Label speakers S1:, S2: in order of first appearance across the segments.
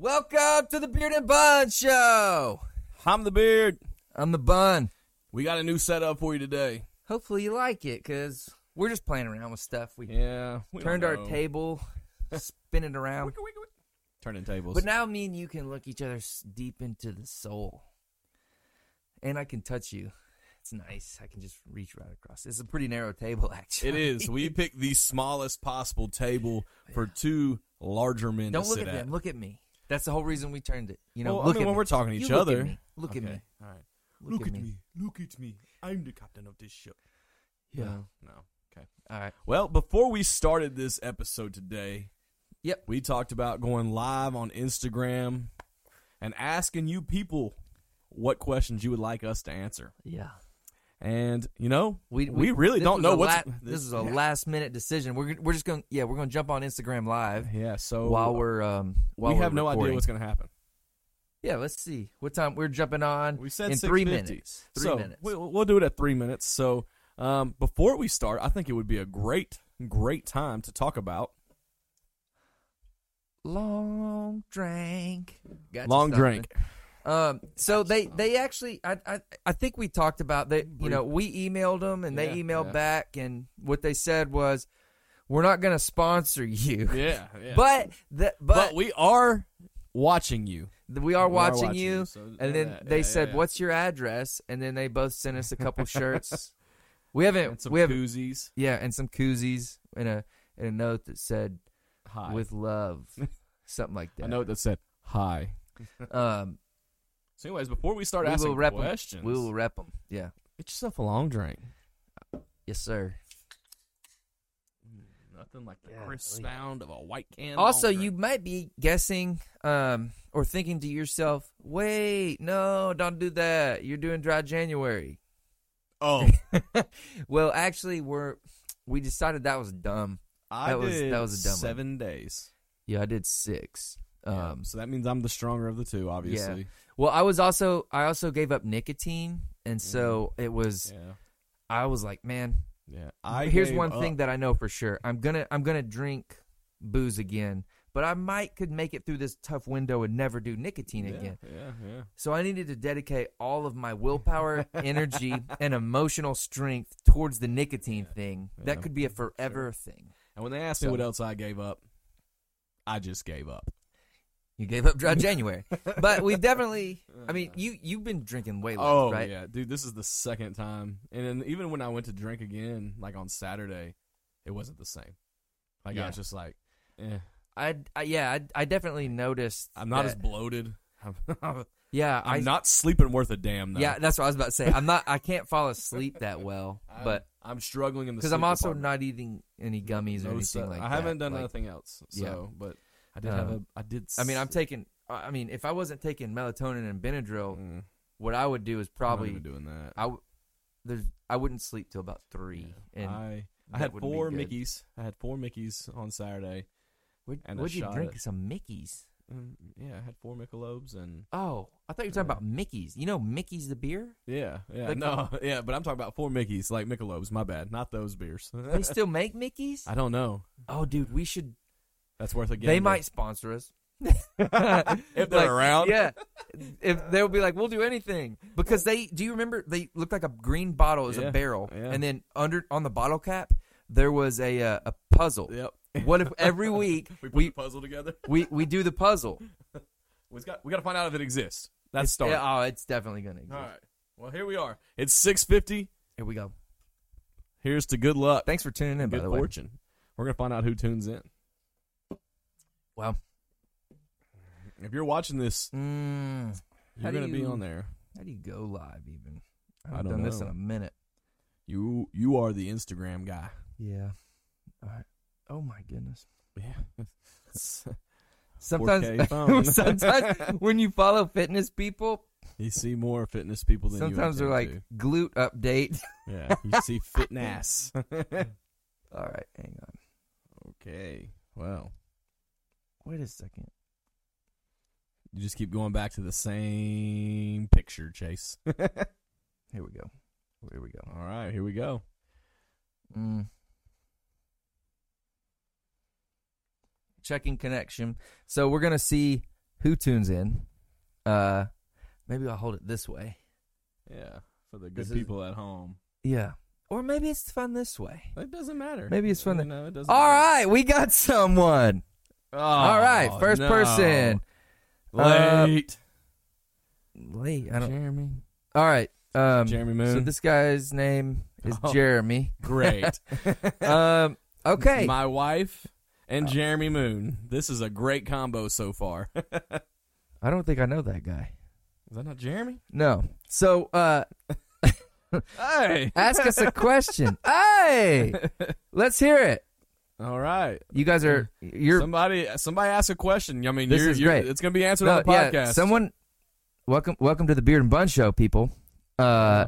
S1: Welcome to the Beard and Bun Show.
S2: I'm the beard.
S1: I'm the bun.
S2: We got a new setup for you today.
S1: Hopefully you like it because we're just playing around with stuff. We
S2: Yeah. We
S1: turned
S2: don't
S1: our
S2: know.
S1: table, spin it around.
S2: Turning tables.
S1: But now me and you can look each other s- deep into the soul. And I can touch you. It's nice. I can just reach right across. It's a pretty narrow table, actually.
S2: it is. We picked the smallest possible table for two larger men
S1: Don't
S2: to
S1: look
S2: sit
S1: at them. Look at me. That's the whole reason we turned it. You know,
S2: Well, I
S1: look
S2: mean,
S1: at
S2: when
S1: me.
S2: we're talking to
S1: You
S2: each
S1: look
S2: other.
S1: At me. Look at me.
S2: All right.
S1: Look, at me.
S2: Look at me. I'm the captain of this ship.
S1: Yeah.
S2: No. Okay.
S1: All right.
S2: Well, before we started this episode today,
S1: Yep.
S2: we talked about going live on Instagram and asking you people what questions you would like us to answer.
S1: Yeah.
S2: And you know,
S1: We,
S2: we, really
S1: this
S2: don't
S1: was
S2: know
S1: a
S2: what's
S1: la- this is a last minute decision. We're g- we're just going to yeah, we're going to jump on Instagram live
S2: Yeah, so
S1: while we're um while
S2: Oh. we have
S1: we're
S2: no idea
S1: recording.
S2: what's going to happen.
S1: Yeah, let's see. What time we're jumping on
S2: We said
S1: in 3
S2: 6:50.
S1: minutes. 3
S2: so
S1: minutes.
S2: we- We'll, do it at three minutes. So um, before we start, I think it would be a great, great time to talk about
S1: long drink. Got you
S2: long
S1: something.
S2: drink.
S1: Um, so they they actually, I, I I think we talked about that. You know, we emailed them and they
S2: Yeah,
S1: emailed
S2: yeah.
S1: back, and what they said was, "We're not going to sponsor you,
S2: Yeah, yeah. But,
S1: but the,
S2: but
S1: but,
S2: we are watching you.
S1: we, are
S2: we are
S1: watching,
S2: watching
S1: you."
S2: you, so
S1: and
S2: yeah,
S1: then
S2: yeah,
S1: they
S2: yeah,
S1: said,
S2: yeah.
S1: "What's your address?" And then they both sent us a couple shirts. We haven't.
S2: And some
S1: we haven't.
S2: koozies.
S1: Yeah, and some koozies and a and a note that said
S2: Hi.
S1: "with love," something like that.
S2: a note that said hi.
S1: Um,
S2: So, anyways, before we start
S1: we
S2: asking
S1: will rep 'em.
S2: questions,
S1: We will rep them. Yeah.
S2: get yourself a long drink.
S1: Yes, sir.
S2: Nothing like the
S1: Golly.
S2: crisp sound of a white can.
S1: also
S2: long
S1: you
S2: drink.
S1: might be guessing um, or thinking to yourself wait no don't do that you're doing dry january
S2: Oh,
S1: well actually we're we decided that was dumb
S2: I
S1: That was-
S2: did
S1: that was a dumb one.
S2: seven days.
S1: yeah i did six um,
S2: Um, so that means I'm the stronger of the two, obviously.
S1: well i was also i also gave up nicotine and so it was
S2: Mm. Yeah.
S1: i was like man
S2: Yeah. I
S1: here's
S2: gave
S1: one
S2: up.
S1: thing that i know for sure i'm gonna i'm gonna drink booze again but i might could make it through this tough window and never do nicotine
S2: Yeah,
S1: again
S2: yeah, yeah.
S1: So I needed to dedicate all of my willpower, energy, and emotional strength towards the nicotine thing. That
S2: yeah,
S1: could be a forever thing.
S2: And when they asked
S1: So-
S2: me what else I gave up, I just gave up.
S1: You gave up dry January, but we've definitely. I mean, you you've been drinking way less,
S2: Oh
S1: right?
S2: yeah, dude, this is the second time, and then even when I went to drink again, like on Saturday, it wasn't the same. Like
S1: Yeah.
S2: I was just like, eh,
S1: I, I yeah, I, I definitely noticed.
S2: I'm not as
S1: that-
S2: bloated. I'm,
S1: yeah. i
S2: I'm not sleeping worth a damn. Though.
S1: yeah. That's what I was about to say. I'm not. I can't fall asleep that well,
S2: I'm,
S1: but
S2: I'm struggling in the
S1: because I'm
S2: sleep
S1: also
S2: department.
S1: not eating any gummies or
S2: No
S1: anything
S2: stuff.
S1: like
S2: I
S1: that.
S2: haven't done
S1: Like,
S2: anything else. So,
S1: Yeah.
S2: but I did have a.
S1: Um,
S2: I did.
S1: I mean, I'm
S2: s-
S1: taking. I I mean, if I wasn't taking melatonin and Benadryl,
S2: mm,
S1: what I would do is
S2: probably
S1: probably
S2: doing that.
S1: I w- there's I wouldn't sleep till about three. And
S2: I
S1: that
S2: I had
S1: would be
S2: four
S1: good.
S2: Mickey's. I had four Mickey's on Saturday.
S1: what,
S2: and a
S1: would you
S2: shot
S1: drink?
S2: at-
S1: Some Mickey's.
S2: Mm, yeah, I had four Michelobes and
S1: Oh, I thought you were talking
S2: Yeah.
S1: about Mickey's. You know Mickey's the beer.
S2: yeah, yeah,
S1: Like-
S2: no, yeah. But I'm talking about four Mickey's, like Michelobes. My bad, not those beers.
S1: They still make Mickey's.
S2: I don't know.
S1: Oh, dude, we should.
S2: That's worth a game.
S1: They might sponsor us.
S2: if they're
S1: Like,
S2: around.
S1: Yeah, if they'll be like, we'll do anything because they. Do you remember they looked like a green bottle as a
S2: Yeah,
S1: barrel,
S2: yeah.
S1: and then under on the bottle cap there was a uh, a puzzle.
S2: Yep.
S1: What if every week
S2: We put
S1: we
S2: the puzzle together.
S1: we we do the puzzle?
S2: We got we got to find out if it exists. That's
S1: It's-
S2: starting.
S1: Oh, it's definitely gonna. Exist.
S2: All right. Well, here we are. It's six fifty.
S1: Here we go.
S2: Here's to good luck.
S1: Thanks for tuning in, by
S2: good
S1: the way.
S2: fortune. We're gonna find out who tunes in.
S1: Wow.
S2: If you're watching this,
S1: Mm, How
S2: you're
S1: do
S2: gonna be
S1: you-
S2: on there.
S1: how do you go live even? I
S2: I
S1: haven't
S2: don't
S1: done this in
S2: know.
S1: a minute.
S2: You you are the Instagram guy.
S1: Yeah. All right. Oh my goodness.
S2: Yeah.
S1: Sometimes, sometimes when you follow fitness people,
S2: you see more fitness people than
S1: sometimes
S2: you
S1: they're like
S2: intend
S1: glute update.
S2: to. yeah, you see fitness.
S1: All right, hang on.
S2: okay, well,
S1: Wait a second.
S2: you just keep going back to the same picture, Chase.
S1: Here we go. Here we go.
S2: All right, here we go.
S1: Mm. Checking connection. So we're gonna see who tunes in. Uh, maybe I'll hold it this way.
S2: Yeah, for the
S1: This
S2: good
S1: is-
S2: people at home.
S1: Yeah. Or maybe it's fun this way.
S2: It doesn't matter.
S1: Maybe it's fun
S2: You
S1: that-
S2: know, it doesn't
S1: All
S2: matter.
S1: right, we got someone.
S2: Oh,
S1: All right, first
S2: no.
S1: person. Uh,
S2: Late.
S1: Lee, I don't.
S2: Jeremy.
S1: All right. Um,
S2: Jeremy Moon.
S1: So this guy's name is
S2: Oh.
S1: Jeremy.
S2: Great.
S1: Um, okay. Uh,
S2: My wife and Jeremy Moon. This is a great combo so far. is
S1: I don't think I know that guy.
S2: that not Jeremy?
S1: No. So uh,
S2: Hey.
S1: ask us a question. hey, let's hear it.
S2: All right.
S1: You guys are you're
S2: somebody somebody ask a question. I mean,
S1: This
S2: you're,
S1: is
S2: you're-
S1: great.
S2: It's going to be answered
S1: no,
S2: on the podcast.
S1: yeah. Someone, welcome welcome to the Beard and Bun Show, people. Uh,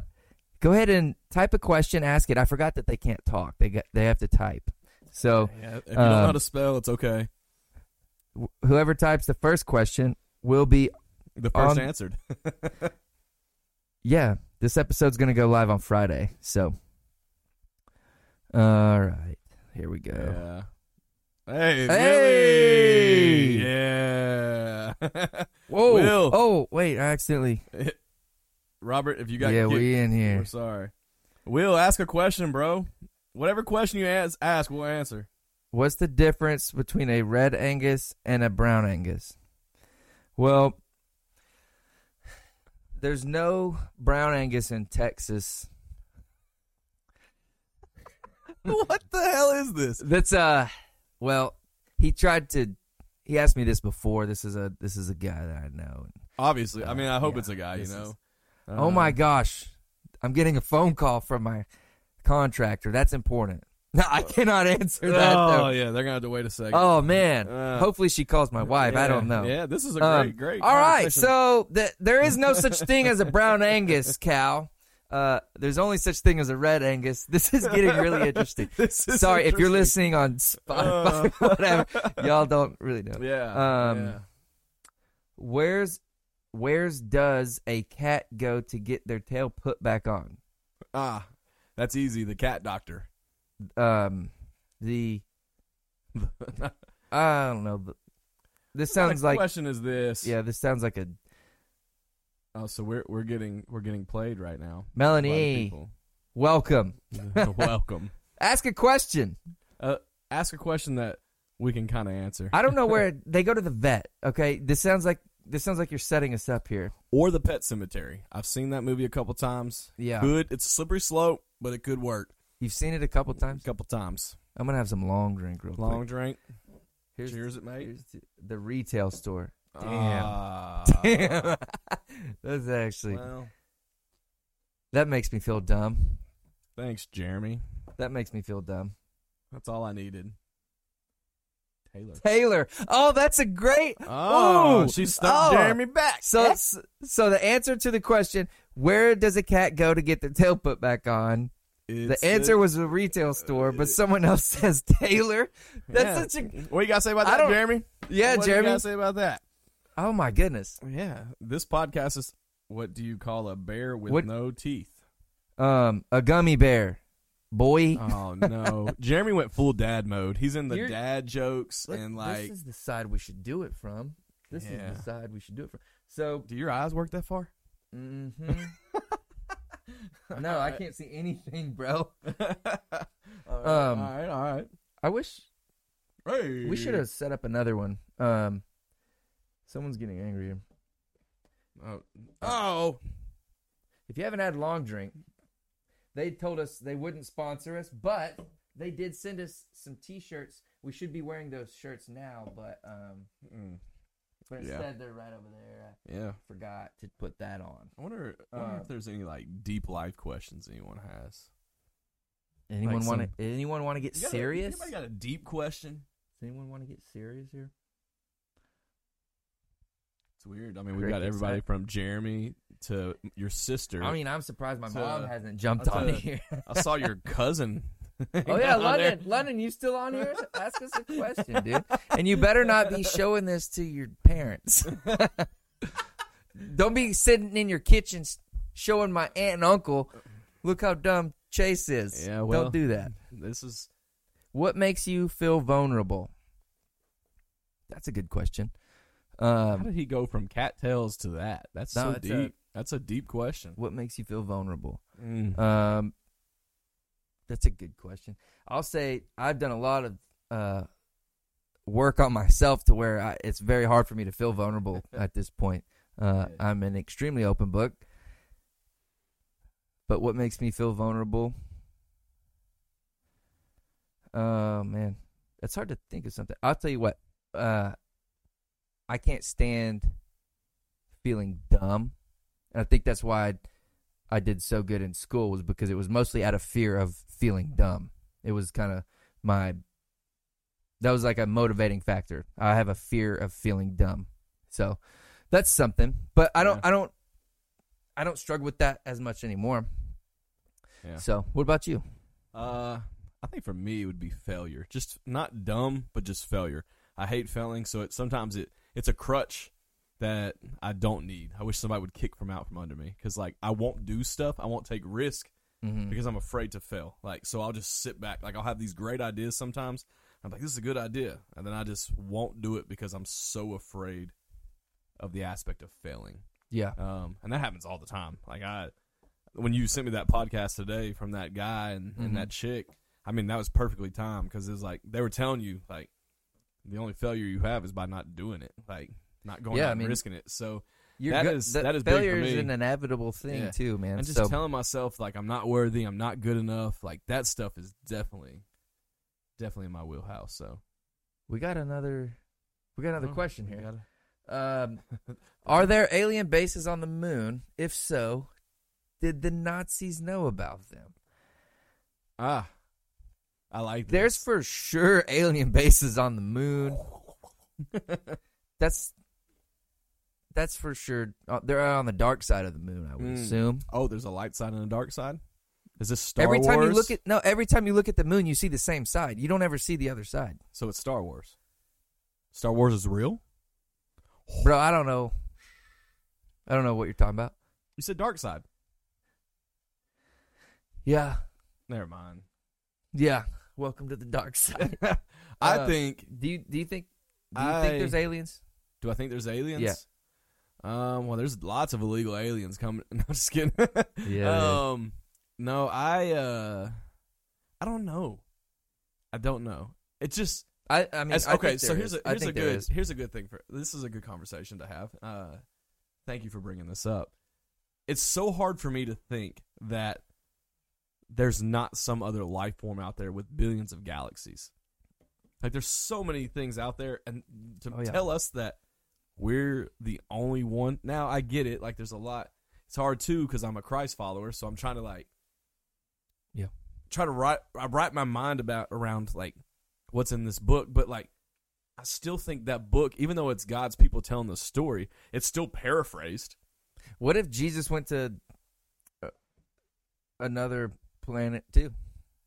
S1: go ahead and type a question. Ask it. I forgot that they can't talk. They got they have to type. So
S2: Yeah, if you don't know how
S1: Um,
S2: to spell, it's okay.
S1: wh- whoever types the first question will be
S2: The first
S1: on-
S2: answered.
S1: yeah, this episode's going to go live on Friday. So, all right, here we go.
S2: Yeah. Hey,
S1: Hey!
S2: Willie! Yeah.
S1: Whoa!
S2: Will.
S1: Oh, wait, I accidentally.
S2: Robert, if you got
S1: yeah,
S2: get-
S1: we in
S2: we're
S1: here.
S2: sorry. Will ask a question, bro. Whatever question you ask, ask we'll answer.
S1: What's the difference between a red Angus and a brown Angus? Well, there's no brown Angus in Texas.
S2: what the hell is this?
S1: That's uh, well, he tried to. He asked me this before. This is a this is a guy that I know.
S2: Obviously, I mean, I hope
S1: Yeah,
S2: it's a guy. You
S1: this
S2: know. Uh,
S1: is- oh my gosh, I'm getting a phone call from my contractor. That's important. No, I cannot answer that.
S2: Uh. Oh
S1: though.
S2: yeah, they're gonna have to wait a second.
S1: Oh man.
S2: Uh,
S1: Hopefully she calls my wife. I
S2: yeah,
S1: don't know.
S2: Yeah, this is a great,
S1: Um,
S2: great.
S1: All right,
S2: conversation.
S1: so th- there is no such thing as a brown Angus cow. Uh, there's only such thing as a red Angus. This is getting really interesting.
S2: This is
S1: Sorry if you're
S2: interesting. Uh.
S1: listening on Spotify, whatever. Y'all don't really know.
S2: Yeah.
S1: Um,
S2: yeah.
S1: Where's Where's does a cat go to get their tail put back on?
S2: Ah, that's easy. The cat doctor.
S1: Um, the I don't know. But this sounds
S2: My
S1: like
S2: question is this.
S1: yeah. This sounds like a
S2: Oh, so we're we're getting we're getting played right now. by the
S1: Melanie.
S2: people.
S1: Welcome.
S2: Welcome.
S1: Ask a question.
S2: Uh, ask a question that we can kind of answer,
S1: I don't know where they go to the vet. Okay, this sounds like this sounds like you're setting us up here.
S2: or the Pet Cemetery. I've seen that movie a couple times.
S1: Yeah,
S2: Good. It's a slippery slope, but it could work.
S1: you've seen it a couple
S2: A
S1: times.
S2: couple times.
S1: I'm gonna have some long drink real
S2: Long
S1: quick.
S2: drink.
S1: Here's,
S2: Cheers, it mate.
S1: here's the, the retail store. Damn.
S2: Ah.
S1: Damn, that's actually
S2: Well,
S1: that makes me feel dumb.
S2: thanks, Jeremy.
S1: That makes me feel dumb.
S2: That's all I needed. Taylor.
S1: Taylor. Oh, that's a great.
S2: Oh,
S1: Ooh.
S2: she stuck
S1: Oh.
S2: Jeremy back.
S1: So, s- so the answer to the question, where does a cat go to get their tail put back on?
S2: It's uh,
S1: the answer was a retail store, but someone else says Taylor. That's
S2: Yeah.
S1: such a
S2: What you got to say about
S1: I
S2: that,
S1: don't-
S2: Jeremy?
S1: yeah,
S2: what
S1: Jeremy.
S2: you got to say about that?
S1: Oh my goodness.
S2: Yeah, this podcast is what do you call a bear with
S1: What-
S2: no teeth?
S1: Um, a gummy bear, boy.
S2: Oh no, Jeremy went full dad mode. He's in the
S1: You're-
S2: dad jokes
S1: Look,
S2: and like,
S1: this is the side we should do it from. This
S2: Yeah.
S1: is the side we should do it from. So,
S2: do your eyes work that far?
S1: hmm no, I can't see anything, bro.
S2: All right,
S1: Um,
S2: all right, all right.
S1: I wish
S2: Hey.
S1: we should have set up another one. Um, someone's getting angry. here.
S2: Oh, oh.
S1: If you haven't had long drink, they told us they wouldn't sponsor us, but they did send us some T-shirts. We should be wearing those shirts now, but um,
S2: Mm,
S1: but
S2: Yeah.
S1: instead they're right over there.
S2: yeah.
S1: I forgot to put that on.
S2: I wonder, I wonder
S1: Uh,
S2: if there's any like deep life questions anyone has.
S1: Anyone
S2: Like
S1: want
S2: some-
S1: to? Anyone want to get
S2: You got a-
S1: serious?
S2: Anybody got a deep question?
S1: Does anyone want to get serious here?
S2: It's weird. I mean, we've got
S1: Crickets,
S2: everybody
S1: huh?
S2: from Jeremy to your sister.
S1: I mean, I'm surprised my
S2: So, uh,
S1: mom hasn't jumped
S2: that's
S1: on
S2: a-
S1: here.
S2: I saw your cousin.
S1: oh yeah,
S2: on there.
S1: London, London, you still on here? Ask us a question, dude. And you better not be showing this to your parents. Don't be sitting in your kitchen s- showing my aunt and uncle. Look how dumb Chase is.
S2: Yeah, well-
S1: Don't do that.
S2: This is
S1: What makes you feel vulnerable? That's a good question.
S2: How
S1: Um,
S2: did he go from cattails to that? That's
S1: No,
S2: so
S1: it's
S2: deep.
S1: a-
S2: that's a deep question.
S1: what makes you feel vulnerable?
S2: Mm.
S1: Um, that's a good question. I'll say I've done a lot of uh, work on myself to where I, it's very hard for me to feel vulnerable at this point. Uh,
S2: Yeah.
S1: I'm an extremely open book. But what makes me feel vulnerable? Oh man, it's hard to think of something. I'll tell you what. Uh, I can't stand feeling dumb, and I think that's why I, I did so good in school was because it was mostly out of fear of feeling dumb. It was kind of my that was like a motivating factor. I have a fear of feeling dumb, so that's something. But I don't,
S2: Yeah.
S1: I don't, I don't struggle with that as much anymore.
S2: Yeah.
S1: So, what about you?
S2: Uh, I think for me it would be failure. Just not dumb, but just failure. I hate failing, so it sometimes it it's a crutch that I don't need. I wish somebody would kick from out from under me because like I won't do stuff. I won't take risk
S1: Mm-hmm.
S2: because I'm afraid to fail. Like so, I'll just sit back. Like I'll have these great ideas sometimes. I'm like, this is a good idea, and then I just won't do it because I'm so afraid of the aspect of failing.
S1: Yeah.
S2: Um, and that happens all the time. Like I, when you sent me that podcast today from that guy and,
S1: Mhm.
S2: and that chick, I mean that was perfectly timed because it was like they were telling you like the only failure you have is by not doing it, like not going
S1: Yeah,
S2: out
S1: I
S2: and
S1: mean,
S2: risking it. So
S1: You're
S2: That
S1: good-
S2: is- that is big for
S1: failure is
S2: me.
S1: an inevitable thing
S2: Yeah.
S1: too, man.
S2: and just
S1: so,
S2: telling myself like I'm not worthy, I'm not good enough, like that stuff is definitely, definitely in my wheelhouse. So
S1: we got another, we got another
S2: Oh,
S1: question
S2: we
S1: here.
S2: gotta-
S1: Um, are there alien bases on the moon? If so, did the Nazis know about them?
S2: ah, I like this.
S1: There's for sure alien bases on the moon. That's that's for sure. Uh, they're on the dark side of the moon, I would
S2: Mm.
S1: assume.
S2: oh, there's a light side and a dark side. Is this Star
S1: every
S2: Wars?
S1: time you look at no, every time you look at the moon, you see the same side. You don't ever see the other side,
S2: So it's Star Wars. Star Wars is real?
S1: bro. I don't know. I don't know what you're talking about.
S2: You said Dark Side.
S1: Yeah,
S2: Never mind.
S1: yeah. Welcome to the dark side.
S2: I
S1: Uh,
S2: think.
S1: do you do you think do you think
S2: I-
S1: there's aliens?
S2: Do I think there's aliens?
S1: Yeah.
S2: Um. Well, there's lots of illegal aliens coming. No, I'm just kidding.
S1: Yeah.
S2: Um. No, I. Uh. I don't know. I don't know. It's just
S1: I I mean,
S2: As-
S1: I
S2: okay,
S1: think
S2: so
S1: there
S2: here's
S1: is.
S2: a
S1: I
S2: here's a
S1: think there
S2: good
S1: is.
S2: here's a good thing for this is a good conversation to have. Uh, thank you for bringing this up. It's so hard for me to think that there's not some other life form out there with billions of galaxies. Like there's so many things out there, and to
S1: Oh, yeah.
S2: tell us that we're the only one. Now I get it. Like there's a lot. It's hard too because I'm a Christ follower, so I'm trying to like,
S1: Yeah.
S2: try to write I write my mind about around like what's in this book, but like I still think that book, even though it's God's people telling the story, it's still paraphrased.
S1: What if Jesus went to uh, another planet too?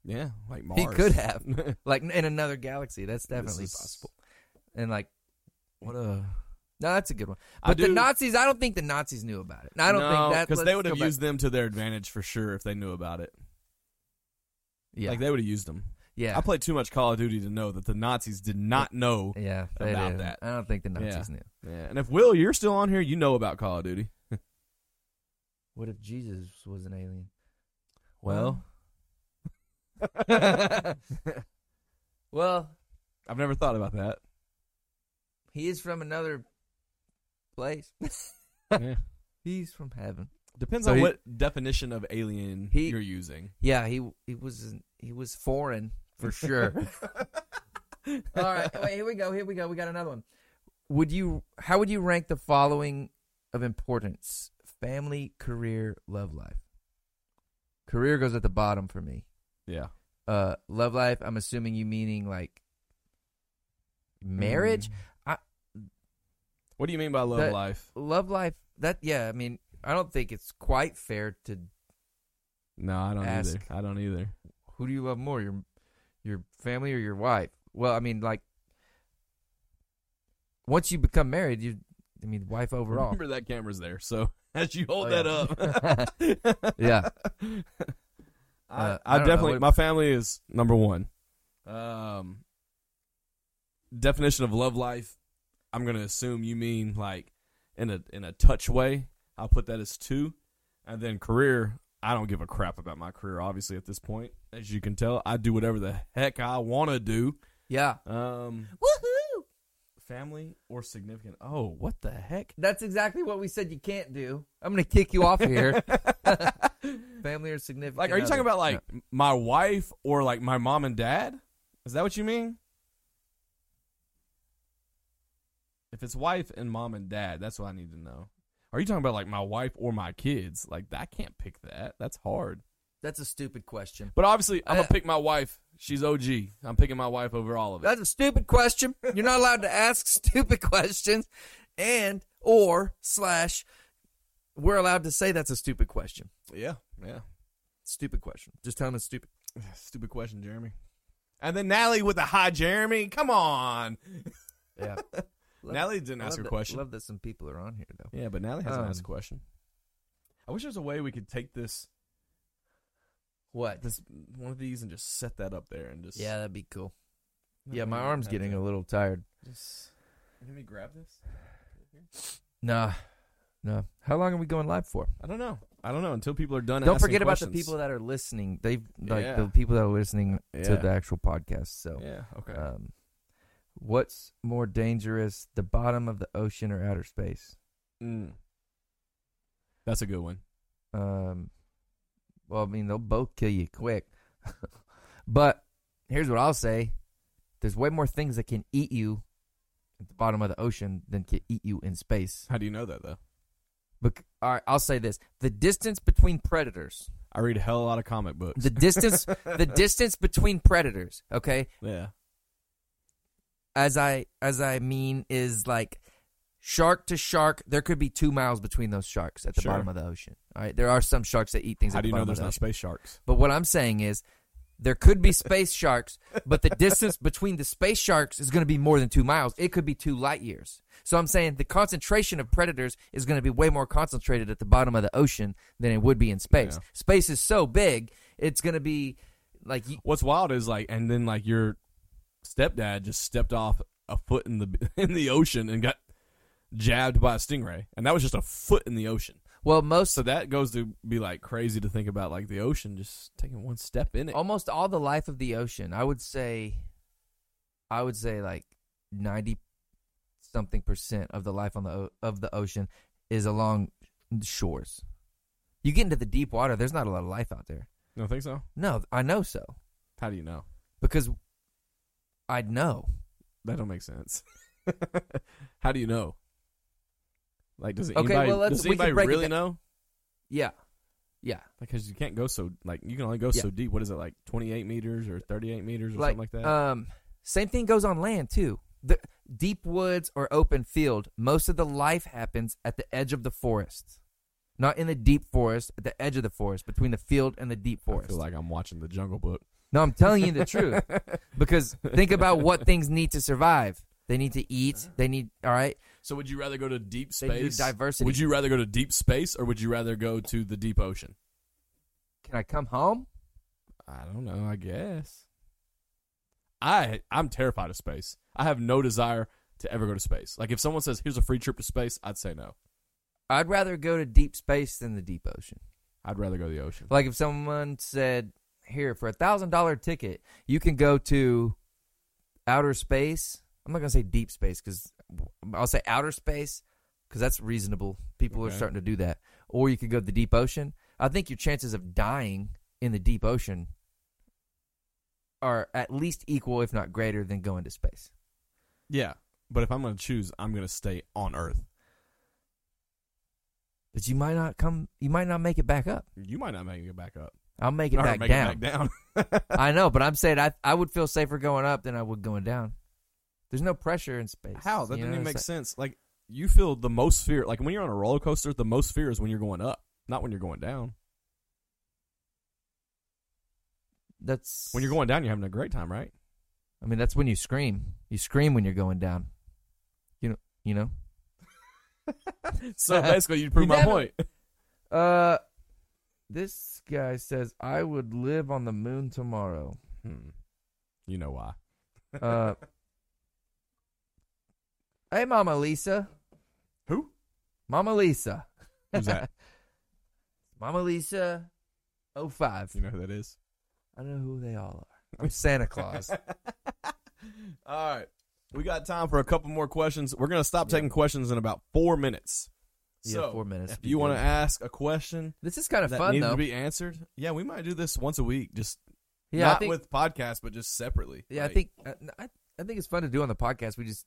S2: Yeah, like Mars.
S1: He could have. like in another galaxy. That's
S2: This
S1: definitely
S2: is-
S1: possible. And like,
S2: What a
S1: no, that's a good one.
S2: I
S1: But the
S2: do-
S1: Nazis, I don't think the Nazis knew about it. I don't think that
S2: because
S1: let's
S2: they would
S1: go
S2: have
S1: back-
S2: used them to their advantage for sure if they knew about it.
S1: Yeah,
S2: Like they would have used them.
S1: yeah,
S2: I played too much Call of Duty to know that the Nazis did not know.
S1: yeah. They
S2: about
S1: didn't.
S2: that.
S1: I don't think the
S2: Yeah.
S1: Nazis knew.
S2: Yeah. And if Will, you're still on here, you know about Call of Duty.
S1: What if Jesus was an alien?
S2: Well.
S1: well, well,
S2: I've never thought about that.
S1: he is from another place.
S2: Yeah.
S1: He's from heaven.
S2: Depends
S1: So
S2: on
S1: he-
S2: what definition of alien
S1: He-
S2: you're using.
S1: Yeah, he he was he was foreign for sure. All right, oh, wait, here we go. Here we go. We got another one. Would you? How would you rank the following of importance: family, career, love life? Career goes at the bottom for me.
S2: Yeah.
S1: Uh, love life. I'm assuming you meaning like marriage.
S2: Mm.
S1: I-
S2: What do you mean by love
S1: That-
S2: life?
S1: Love life. That yeah. I mean, I don't think it's quite fair to
S2: No, I don't
S1: Ask.
S2: either. I don't either.
S1: who do you love more, your your family or your wife? Well, I mean, like once you become married, you. I mean, wife overall.
S2: Remember that camera's there. So as you hold
S1: Oh,
S2: that up,
S1: Yeah.
S2: I,
S1: Uh,
S2: I,
S1: I don't know.
S2: definitely
S1: What-
S2: my family is number one. Um, definition of love life. I'm gonna assume you mean like in a in a touch way. I'll put that as two, and then career. I don't give a crap about my career. Obviously, at this point, as you can tell, I do whatever the heck I want to do.
S1: Yeah.
S2: Um,
S1: Woohoo!
S2: family or significant? Oh, what the heck?
S1: That's exactly what we said you can't do. I'm gonna kick you off here. Family or significant.
S2: Like, are you
S1: other.
S2: talking about like my wife or like my mom and dad? Is that what you mean? If it's wife and mom and dad, that's what I need to know. Are you talking about like my wife or my kids? Like, I can't pick that. That's hard.
S1: That's a stupid question.
S2: But obviously, I'm
S1: Uh,
S2: gonna pick my wife. She's OG. I'm picking my wife over all of it.
S1: That's a stupid question. You're not allowed to ask stupid questions, and or slash, we're allowed to say that's a stupid question.
S2: Yeah, yeah.
S1: Stupid question. Just tell them it's stupid.
S2: Stupid question, Jeremy. And then Natalie with the hi, Jeremy. Come on.
S1: Yeah. Love-
S2: Natalie didn't ask
S1: love
S2: her
S1: that-
S2: question.
S1: Love that some people are on here though.
S2: Yeah, but Natalie hasn't asked a
S1: Um,
S2: question. I wish there was a way we could take this
S1: What?
S2: this one of these and just set that up there and just
S1: Yeah, that'd be cool. Yeah, my arm's getting a little tired.
S2: Just let me grab this.
S1: Nah, no. How long are we going live for?
S2: I don't know. I don't know until people are done.
S1: Don't
S2: asking
S1: forget about the
S2: questions.
S1: people that are listening. They've like
S2: Yeah.
S1: the people that are listening
S2: Yeah.
S1: to the actual podcast. So,
S2: Yeah. Okay.
S1: um, what's more dangerous, the bottom of the ocean or outer space?
S2: Mm. That's a good one.
S1: Um, well, I mean, they'll both kill you quick. but here's what I'll say: there's way more things that can eat you at the bottom of the ocean than can eat you in space.
S2: How do you know that though?
S1: But all right, I'll say this: the distance between predators,
S2: I read a hell of a lot of comic books.
S1: the distance, the distance between predators. Okay,
S2: yeah.
S1: as I as I mean is like shark to shark. There could be two miles between those sharks at the
S2: Sure.
S1: bottom of the ocean. All right, there are some sharks that eat things.
S2: How
S1: at
S2: do
S1: the
S2: you know
S1: bottom
S2: there's
S1: of the
S2: not
S1: ocean.
S2: space sharks?
S1: But what I'm saying is, there could be space sharks, but the distance between the space sharks is going to be more than two miles. It could be two light years. So I'm saying the concentration of predators is going to be way more concentrated at the bottom of the ocean than it would be in space.
S2: Yeah.
S1: Space is so big, it's going to be like you,
S2: What's wild is like, and then like your stepdad just stepped off a foot in the in the ocean and got jabbed by a stingray, and that was just a foot in the ocean.
S1: well, most
S2: So that goes to be like crazy to think about, like the ocean just taking one step in it.
S1: almost all the life of the ocean. I would say, I would say like ninety something percent of the life on the o- of the ocean is along shores. You get into the deep water, there's not a lot of life out there.
S2: You don't think so?
S1: No, I know so
S2: How do you know?
S1: because I'd know.
S2: That don't make sense. How do you know? Like, does it
S1: Okay,
S2: anybody,
S1: well, let's-
S2: does
S1: we can
S2: anybody
S1: break it
S2: really
S1: down.
S2: know?
S1: Yeah, yeah.
S2: Because you can't go so like you can only go
S1: Yeah.
S2: so deep. What is it like, twenty eight meters or thirty eight meters or something like that?
S1: Um, same thing goes on land too. The deep woods or open field, most of the life happens at the edge of the forest, not in the deep forest. At the edge of the forest, between the field and the deep
S2: I
S1: forest.
S2: feel like I'm watching the Jungle Book.
S1: no, I'm telling you the truth because think about what things need to survive. They need to eat. They need all right.
S2: So would you rather go to deep
S1: They need
S2: Uh-huh. space?
S1: diversity.
S2: Would you rather go to deep space or would you rather go to the deep ocean?
S1: Can I come home?
S2: I don't know. I guess. I I'm terrified of space. I have no desire to ever go to space. Like if someone says, "Here's a free trip to space," I'd say no.
S1: I'd rather go to deep space than the deep ocean.
S2: I'd rather go to the ocean.
S1: Like if someone said, "Here for a thousand dollar ticket, you can go to outer space." I'm not gonna say deep space because I'll say outer space because that's reasonable. People are
S2: Okay.
S1: starting to do that. Or you could go to the deep ocean. I think your chances of dying in the deep ocean are at least equal, if not greater, than going to space.
S2: Yeah, but if I'm going to choose, I'm going to stay on Earth.
S1: But you might not come. You might not make it back up.
S2: You might not make it back up.
S1: I'll make it
S2: Or
S1: back
S2: make
S1: down.
S2: it back down.
S1: I know, but I'm saying I I would feel safer going up than I would going down. There's no pressure in space.
S2: How that
S1: You
S2: doesn't
S1: know
S2: even
S1: what I'm
S2: make
S1: saying?
S2: sense. Like you feel the most fear. Like when you're on a roller coaster, the most fear is when you're going up, not when you're going down.
S1: That's
S2: When you're going down, you're having a great time, right?
S1: I mean, that's when you scream. You scream when you're going down. You know. You know.
S2: So basically, you prove
S1: You
S2: my
S1: never-
S2: point.
S1: Uh, this guy says I would live on the moon tomorrow.
S2: Hmm. You know why?
S1: Uh, Hey, Mama Lisa.
S2: Who?
S1: Mama Lisa.
S2: Who's that?
S1: Mama Lisa 05.
S2: you know who that is?
S1: I don't know who they all are. I'm Santa Claus.
S2: All right. We got time for a couple more questions. We're going to stop taking questions in about four minutes.
S1: Yeah,
S2: so,
S1: four minutes.
S2: if
S1: would be
S2: you want to
S1: good.
S2: ask a question
S1: This is kind of
S2: that
S1: fun,
S2: needs
S1: though.
S2: to be answered, yeah, we might do this once a week. Just
S1: yeah,
S2: not
S1: I think,
S2: with podcasts, but just separately.
S1: yeah, I
S2: Like,
S1: think I, I- I think it's fun to do on the podcast. We just,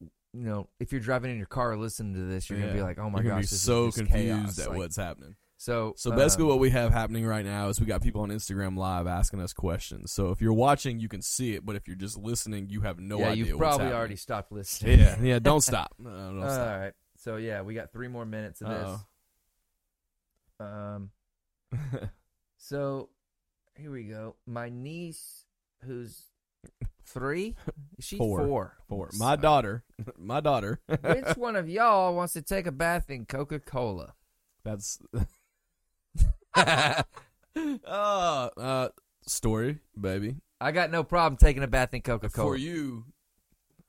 S1: you know, if you're driving in your car or listening to this, you're gonna be
S2: yeah,
S1: like, oh my
S2: you're gonna
S1: gosh,
S2: be
S1: this is
S2: so
S1: just
S2: confused
S1: chaos.
S2: at
S1: Like,
S2: what's happening.
S1: So,
S2: So basically,
S1: um,
S2: what we have happening right now is we got people on Instagram Live asking us questions. So if you're watching, you can see it, but if you're just listening, you have no
S1: yeah,
S2: idea.
S1: you've
S2: what's
S1: probably
S2: happening.
S1: already stopped listening.
S2: Yeah, yeah. Don't stop. No, no, don't stop.
S1: All right. So yeah, we got three more minutes of this. Um. So here we go. My niece, who's three, she's
S2: Four.
S1: four.
S2: Four. My daughter, my daughter.
S1: Which one of y'all wants to take a bath in Coca Cola?
S2: That's uh, uh, story, baby.
S1: I got no problem taking a bath in Coca
S2: For
S1: Cola.
S2: you,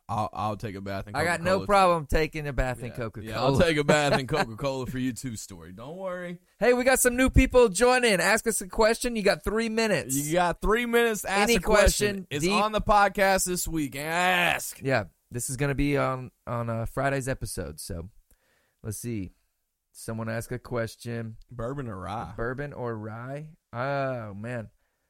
S2: I'll, I'll take a bath. In
S1: I got no
S2: Coca-Cola.
S1: problem taking a bath in
S2: Yeah,
S1: Coca
S2: Yeah, I'll
S1: Cola.
S2: take a bath in Coca Cola for you too. Story. Don't worry.
S1: hey, we got some new people join in. Ask us a question. You got three minutes.
S2: You got three minutes. To ask
S1: Any
S2: a question.
S1: question,
S2: It's
S1: deep-
S2: on the podcast this week. Ask.
S1: yeah, this is gonna be on on uh, Friday's episode. So let's see. Someone ask a question.
S2: Bourbon or rye?
S1: bourbon or rye. Oh man,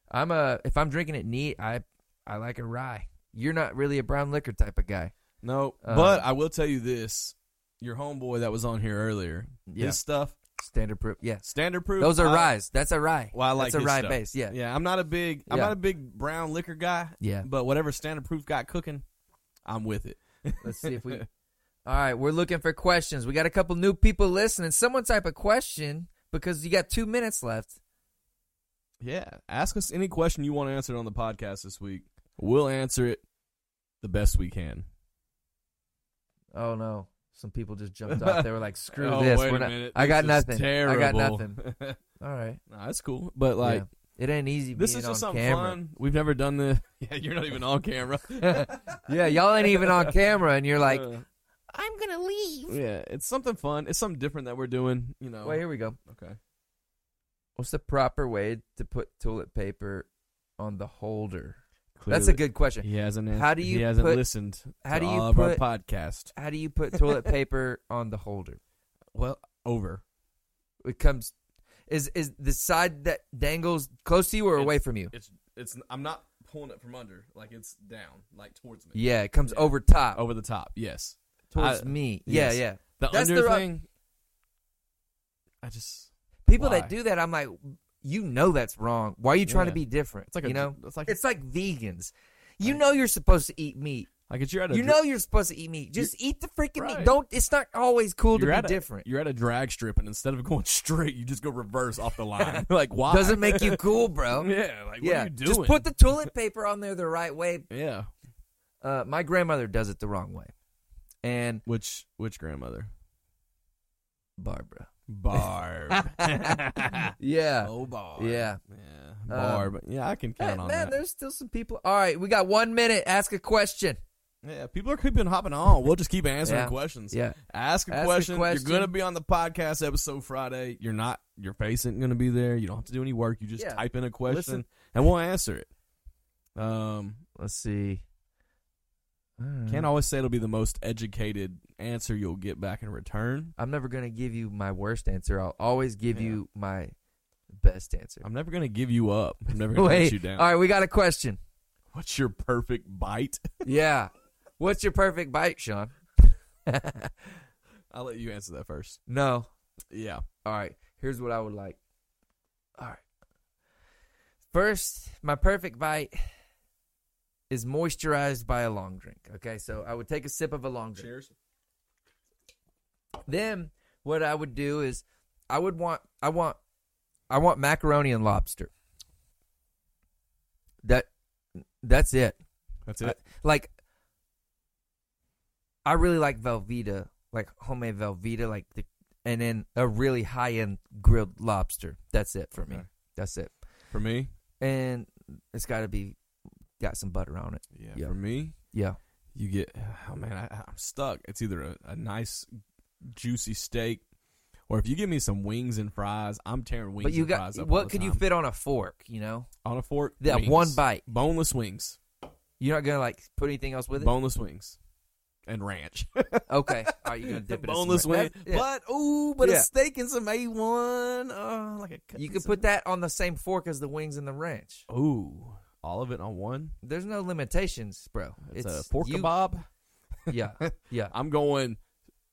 S1: I'm a if I'm drinking it neat, I I like a rye. You're not really a brown liquor type of guy.
S2: No,
S1: Uh,
S2: but I will tell you this: your homeboy that was on here earlier,
S1: Yeah.
S2: his stuff
S1: Standard proof, yes.
S2: standard proof.
S1: Those are
S2: I-
S1: ryes. That's a rye.
S2: Well, I like
S1: That's a
S2: his
S1: rye
S2: stuff.
S1: base. Yeah, yeah.
S2: Yeah, I'm not a big I'm
S1: Yeah.
S2: not a big brown liquor guy, but whatever standard proof got cooking, I'm with it.
S1: Let's see if we. All right, we're looking for questions. We got a couple new people listening. Someone type a question because you got two minutes left.
S2: Yeah, ask us any question you want answered on the podcast this week. We'll answer it the best we can.
S1: Oh no. Some people just jumped off. They were like, "Screw
S2: Oh,
S1: this!
S2: wait
S1: we're
S2: a
S1: not-
S2: minute.
S1: I
S2: This
S1: got
S2: is
S1: nothing. I got
S2: terrible.
S1: nothing." All right,
S2: Nah, that's cool, but like
S1: Yeah. it ain't easy.
S2: this
S1: being
S2: is just
S1: on
S2: something
S1: camera.
S2: fun. We've never done this. Yeah, you're not even on camera.
S1: yeah, y'all ain't even on camera, and you're like,
S2: Uh,
S1: I'm gonna leave.
S2: yeah, it's something fun. It's something different that we're doing. You know.
S1: Well, here we go.
S2: Oh. okay.
S1: What's the proper way to put toilet paper on the holder? That's a
S2: Clearly,
S1: good question.
S2: He hasn't. ans-
S1: How do
S2: He
S1: you
S2: hasn't
S1: put-
S2: listened.
S1: how
S2: to
S1: do you
S2: all of
S1: put-
S2: our podcast?
S1: How do you put toilet paper on the holder?
S2: Well, over.
S1: It comes is is the side that dangles close to you or
S2: It's-
S1: away from you?
S2: It's it's. I'm not pulling it from under. Like it's down, like towards me.
S1: Yeah, it comes
S2: Yeah.
S1: over top
S2: Over the top. Yes.
S1: towards
S2: I-
S1: me.
S2: yes.
S1: Yeah, yeah.
S2: The
S1: That's
S2: under
S1: the right-
S2: thing. I just.
S1: People
S2: Why?
S1: that do that, I'm like, you know that's wrong. Why are you trying
S2: Yeah.
S1: to be different?
S2: It's like a.
S1: you know,
S2: It's like
S1: it's like vegans. You
S2: Right.
S1: know you're supposed to eat meat.
S2: like if you're at a.
S1: You
S2: dr-
S1: know you're supposed to eat meat. Just eat the freaking
S2: Right.
S1: meat. Don't. It's not always cool
S2: you're
S1: to
S2: at
S1: be
S2: a,
S1: different.
S2: You're at a drag strip, and instead of going straight, you just go reverse off the line. like why?
S1: Doesn't make you cool, bro.
S2: Yeah. Like what are
S1: yeah.
S2: you doing?
S1: Just put the toilet paper on there the right way.
S2: Yeah.
S1: Uh, my grandmother does it the wrong way, and
S2: Which which grandmother?
S1: Barbara.
S2: Barb.
S1: Yeah.
S2: oh, Barb.
S1: Yeah.
S2: Yeah. Barb. yeah, I can count
S1: Hey, man,
S2: on that.
S1: there's still some people. All right, we got one minute. Ask a question.
S2: Yeah, people are keeping hopping on. We'll just keep answering
S1: Yeah.
S2: questions.
S1: Yeah.
S2: Ask a,
S1: Ask a
S2: question.
S1: question.
S2: You're gonna be on the podcast episode Friday. You're not. Your face isn't gonna be there. You don't have to do any work. You just
S1: Yeah.
S2: type in a question
S1: Listen.
S2: and we'll answer it. Um,
S1: Let's see. Uh, Mm-hmm.
S2: can't always say it'll be the most educated answer you'll get back in return.
S1: I'm never gonna give you my worst answer. I'll always give
S2: Yeah.
S1: you my best answer.
S2: I'm never gonna give you up. I'm never gonna let
S1: Wait.
S2: you down.
S1: All right, we got a question.
S2: What's your perfect bite?
S1: Yeah. What's your perfect bite, Sean?
S2: I'll let you answer that first.
S1: no.
S2: Yeah.
S1: All right. Here's what I would like. All right. First, my perfect bite is moisturized by a long drink. Okay. So I would take a sip of a long drink.
S2: Cheers.
S1: Then what I would do is I would want I want I want macaroni and lobster. That that's it.
S2: That's
S1: I-
S2: it.
S1: like I really like Velveeta, like homemade Velveeta, like the and then a really high end grilled lobster. That's it for me.
S2: Okay.
S1: That's it.
S2: For me.
S1: And it's got to be got some butter on it.
S2: Yeah.
S1: Yeah.
S2: For me,
S1: Yeah.
S2: you get oh man I, i'm stuck it's either a, a nice juicy steak or if you give me some wings and fries i'm tearing wings
S1: but you
S2: and fries
S1: got
S2: up
S1: what could you fit on a fork? You know,
S2: on a fork
S1: that
S2: wings.
S1: one bite.
S2: boneless wings
S1: You're not gonna like put anything else with it.
S2: boneless wings and ranch
S1: okay, are you gonna dip it? in some
S2: boneless
S1: ranch.
S2: wing
S1: That- yeah.
S2: but ooh but
S1: Yeah.
S2: a steak and some a1 oh like a cut
S1: You
S2: me
S1: could
S2: some-
S1: put that on the same fork as the wings and the ranch.
S2: ooh all of it on one
S1: There's no limitations, bro.
S2: it's, a pork
S1: you-
S2: kebab
S1: Yeah, yeah.
S2: I'm going.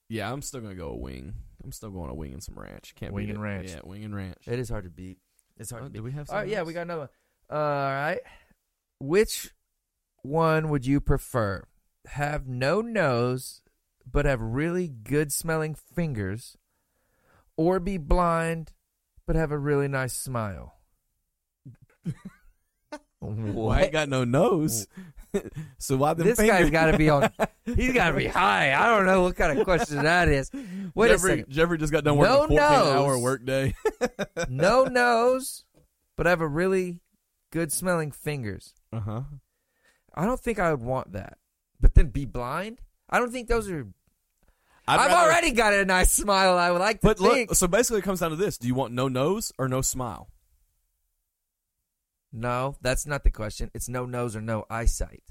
S2: Yeah, I'm still gonna go a wing. I'm still going a wing and some ranch. Can't
S1: Wing
S2: beat
S1: and
S2: it.
S1: ranch.
S2: Yeah, wing and ranch.
S1: It is hard to beat. It's hard
S2: Oh,
S1: to beat.
S2: do we have?
S1: All right, yeah,
S2: else?
S1: we got another one. All right. Which one would you prefer? Have no nose, but have really good smelling fingers, or be blind, but have a really nice smile?
S2: Well, I ain't
S1: what?
S2: got no nose, so why the
S1: This guy's got to be on. He's got to be high. I don't know what kind of question that is. Wait a
S2: Jeffrey,
S1: second.
S2: Jeffrey just got done working
S1: No
S2: a 14 hour
S1: nose.
S2: workday.
S1: No nose, but have a really good smelling fingers.
S2: uh huh.
S1: Uh-huh. I don't think I would want that. But then be blind? I don't think those are. i have already got a nice smile. I would like to
S2: But
S1: think.
S2: look, so basically, it comes down to this: Do you want no nose or no smile?
S1: no, that's not the question. It's no nose or no eyesight.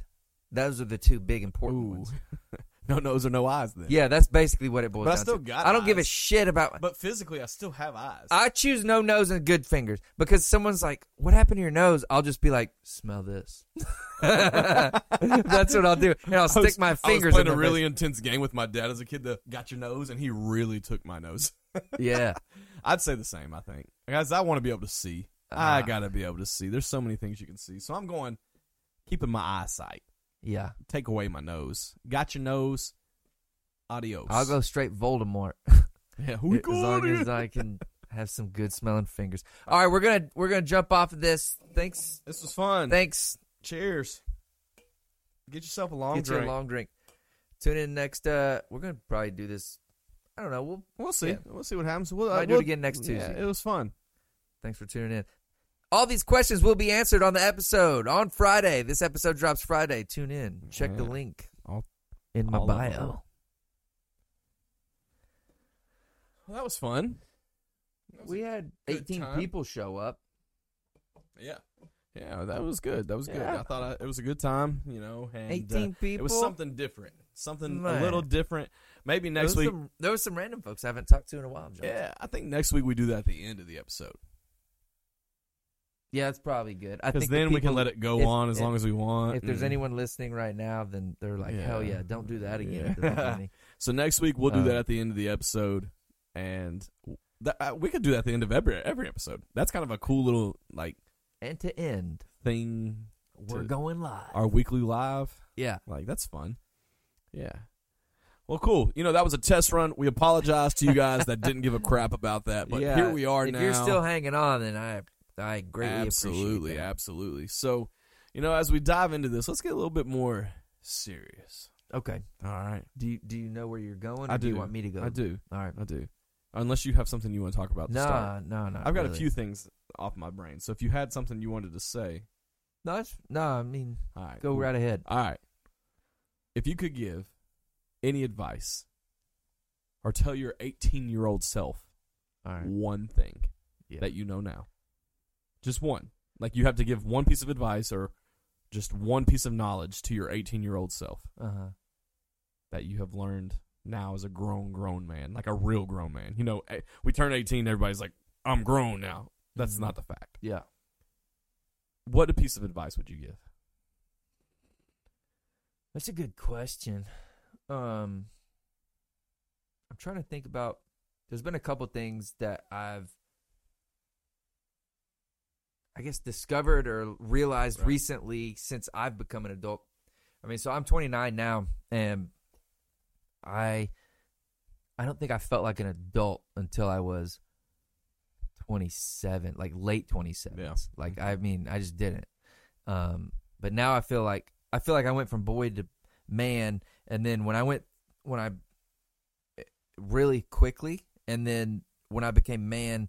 S1: Those are the two big important ones.
S2: no nose or no eyes. Then,
S1: Yeah, that's basically what it boils
S2: But I
S1: down
S2: still
S1: to.
S2: got
S1: I don't give a
S2: eyes.
S1: shit about.
S2: But physically, I still have eyes.
S1: I choose no nose and good fingers because someone's like, "What happened to your nose?" I'll just be like, "Smell this." that's what I'll do, and I'll
S2: I
S1: stick
S2: was-
S1: my fingers.
S2: I was
S1: in
S2: playing a
S1: their face.
S2: really intense game with my dad as a kid. The got your nose, and he really took my nose.
S1: yeah.
S2: I'd say the same. I think, guys, I want to be able to see. I
S1: Ah.
S2: gotta be able to see. There's so many things you can see. So I'm going keeping my eyesight.
S1: Yeah,
S2: Take away my nose. Got your nose. Adios.
S1: I'll go straight Voldemort.
S2: Yeah, we
S1: as long
S2: got
S1: as
S2: it.
S1: I can have some good smelling fingers. All right, we're gonna we're gonna jump off of this. Thanks,
S2: This was fun.
S1: thanks.
S2: Cheers. Get yourself a long
S1: Get
S2: drink.
S1: you a long drink. Tune in next. Uh, we're gonna probably do this. I don't know. We'll,
S2: we'll see.
S1: Yeah.
S2: We'll see what happens. We'll,
S1: Might do it
S2: Uh, we'll-
S1: again next
S2: yeah,
S1: Tuesday.
S2: it was fun.
S1: thanks for tuning in. All these questions will be answered on the episode on Friday. This episode drops Friday. Tune in. Check the
S2: Yeah.
S1: link
S2: All-
S1: in my
S2: all of them.
S1: bio.
S2: Well, that was fun. That was
S1: We had
S2: good
S1: 18
S2: time.
S1: people show up.
S2: Yeah. Yeah, that was good. That was good.
S1: Yeah.
S2: I thought I, it was a good time, you know, and uh,
S1: 18 people.
S2: it was something different. Something
S1: Man.
S2: a little different. Maybe
S1: There
S2: next
S1: was
S2: week.
S1: some- there was some random folks I haven't talked to in a while. John.
S2: Yeah, I think next week we do that at the end of the episode.
S1: yeah, that's probably good. I
S2: Because
S1: think the
S2: then we can
S1: people-
S2: let it go
S1: if-
S2: on as
S1: if-
S2: long as we want.
S1: if there's
S2: and-
S1: anyone listening right now, then they're like, hell
S2: Yeah.
S1: yeah, don't do that again.
S2: Yeah.
S1: It doesn't do any-
S2: So next week we'll do
S1: Uh,
S2: that at the end of the episode, and that, uh, we could do that at the end of every every episode. That's kind of a cool little like
S1: and to end,
S2: thing.
S1: we're
S2: To-
S1: going live.
S2: Our weekly live,
S1: yeah.
S2: like that's fun. Yeah. Well, cool. You know that was a test run. We apologize to you guys that didn't give a crap about that, but
S1: yeah.
S2: here we are
S1: if
S2: now.
S1: you're still hanging on, then I I greatly
S2: absolutely,
S1: appreciate that.
S2: absolutely. So, you know, as we dive into this, let's get a little bit more serious.
S1: Okay.
S2: All right,
S1: Do you, do you know where you're going? Or
S2: I
S1: do. you
S2: do.
S1: want me to go?
S2: I do,
S1: All right.
S2: I do. Unless you have something you want to talk about. To start.
S1: No, no, no.
S2: I've got a few things off my brain. So if you had something you wanted to say,
S1: No, it's, no, I mean,
S2: all right,
S1: go right ahead.
S2: All right. If you could give any advice or tell your 18 year old self
S1: All right.
S2: one thing
S1: Yeah.
S2: that you know now, just one, like you have to give one piece of advice or just one piece of knowledge to your 18 year old self
S1: Uh huh.
S2: that you have learned now as a grown, grown man, like a real grown man. You know, eh, we turn 18, everybody's like, I'm grown now. That's
S1: Mhm.
S2: not the fact.
S1: Yeah.
S2: What a piece of advice would you give?
S1: That's a good question. Um, I'm trying to think about. There's been a couple things that I've, I guess, discovered or realized
S2: Right.
S1: recently since I've become an adult. I mean, so I'm 29 now, and I, I don't think I felt like an adult until I was 27, like late 27.
S2: Yeah. Mm-hmm.
S1: Like I mean, I just didn't. Um, but now I feel like I feel like I went from boy to man, and then when I went when I really quickly, and then when I became man,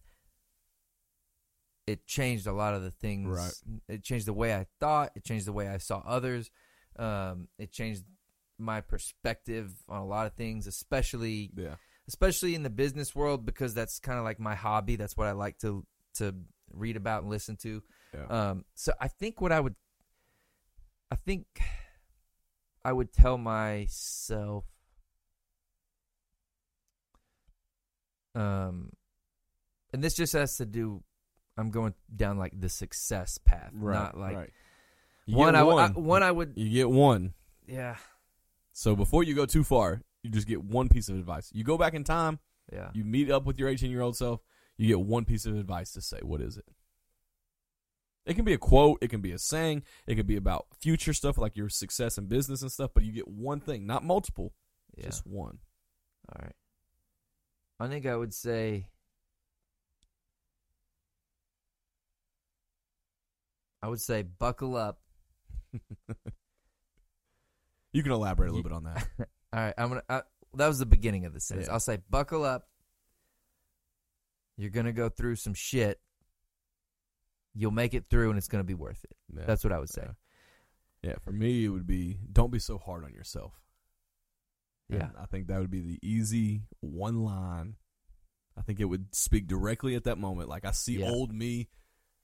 S1: it changed a lot of the things.
S2: Right.
S1: It changed the way I thought. It changed the way I saw others. Um, it changed my perspective on a lot of things, especially
S2: Yeah.
S1: especially in the business world because that's kind of like my hobby. That's what I like to to read about and listen to.
S2: Yeah.
S1: Um, so I think what I would, I think, I would tell myself, um, and this just has to do. I'm going down like the success path,
S2: Right.
S1: not like
S2: right. You
S1: one,
S2: get
S1: I,
S2: one.
S1: I one I would
S2: You get one.
S1: yeah
S2: So before you go too far, you just get one piece of advice. You go back in time.
S1: yeah
S2: You meet up with your 18 year old self. You get one piece of advice to say. What is it? It can be a quote. It can be a saying. It could be about future stuff like your success in business and stuff. But you get one thing, not multiple,
S1: yeah.
S2: just one.
S1: All right. I think I would say I would say buckle up.
S2: You can elaborate a
S1: Ye-
S2: little bit on that.
S1: All right, I'm gonna. I, that was the beginning of the sentence.
S2: Yeah.
S1: I'll say buckle up. You're gonna go through some shit. You'll make it through, and it's gonna be worth it.
S2: Yeah.
S1: That's what I would say.
S2: Yeah. Yeah, for me it would be don't be so hard on yourself.
S1: Yeah.
S2: And uh, I think that would be the easy one line. I think it would speak directly at that moment. Like I see
S1: Yeah.
S2: old me.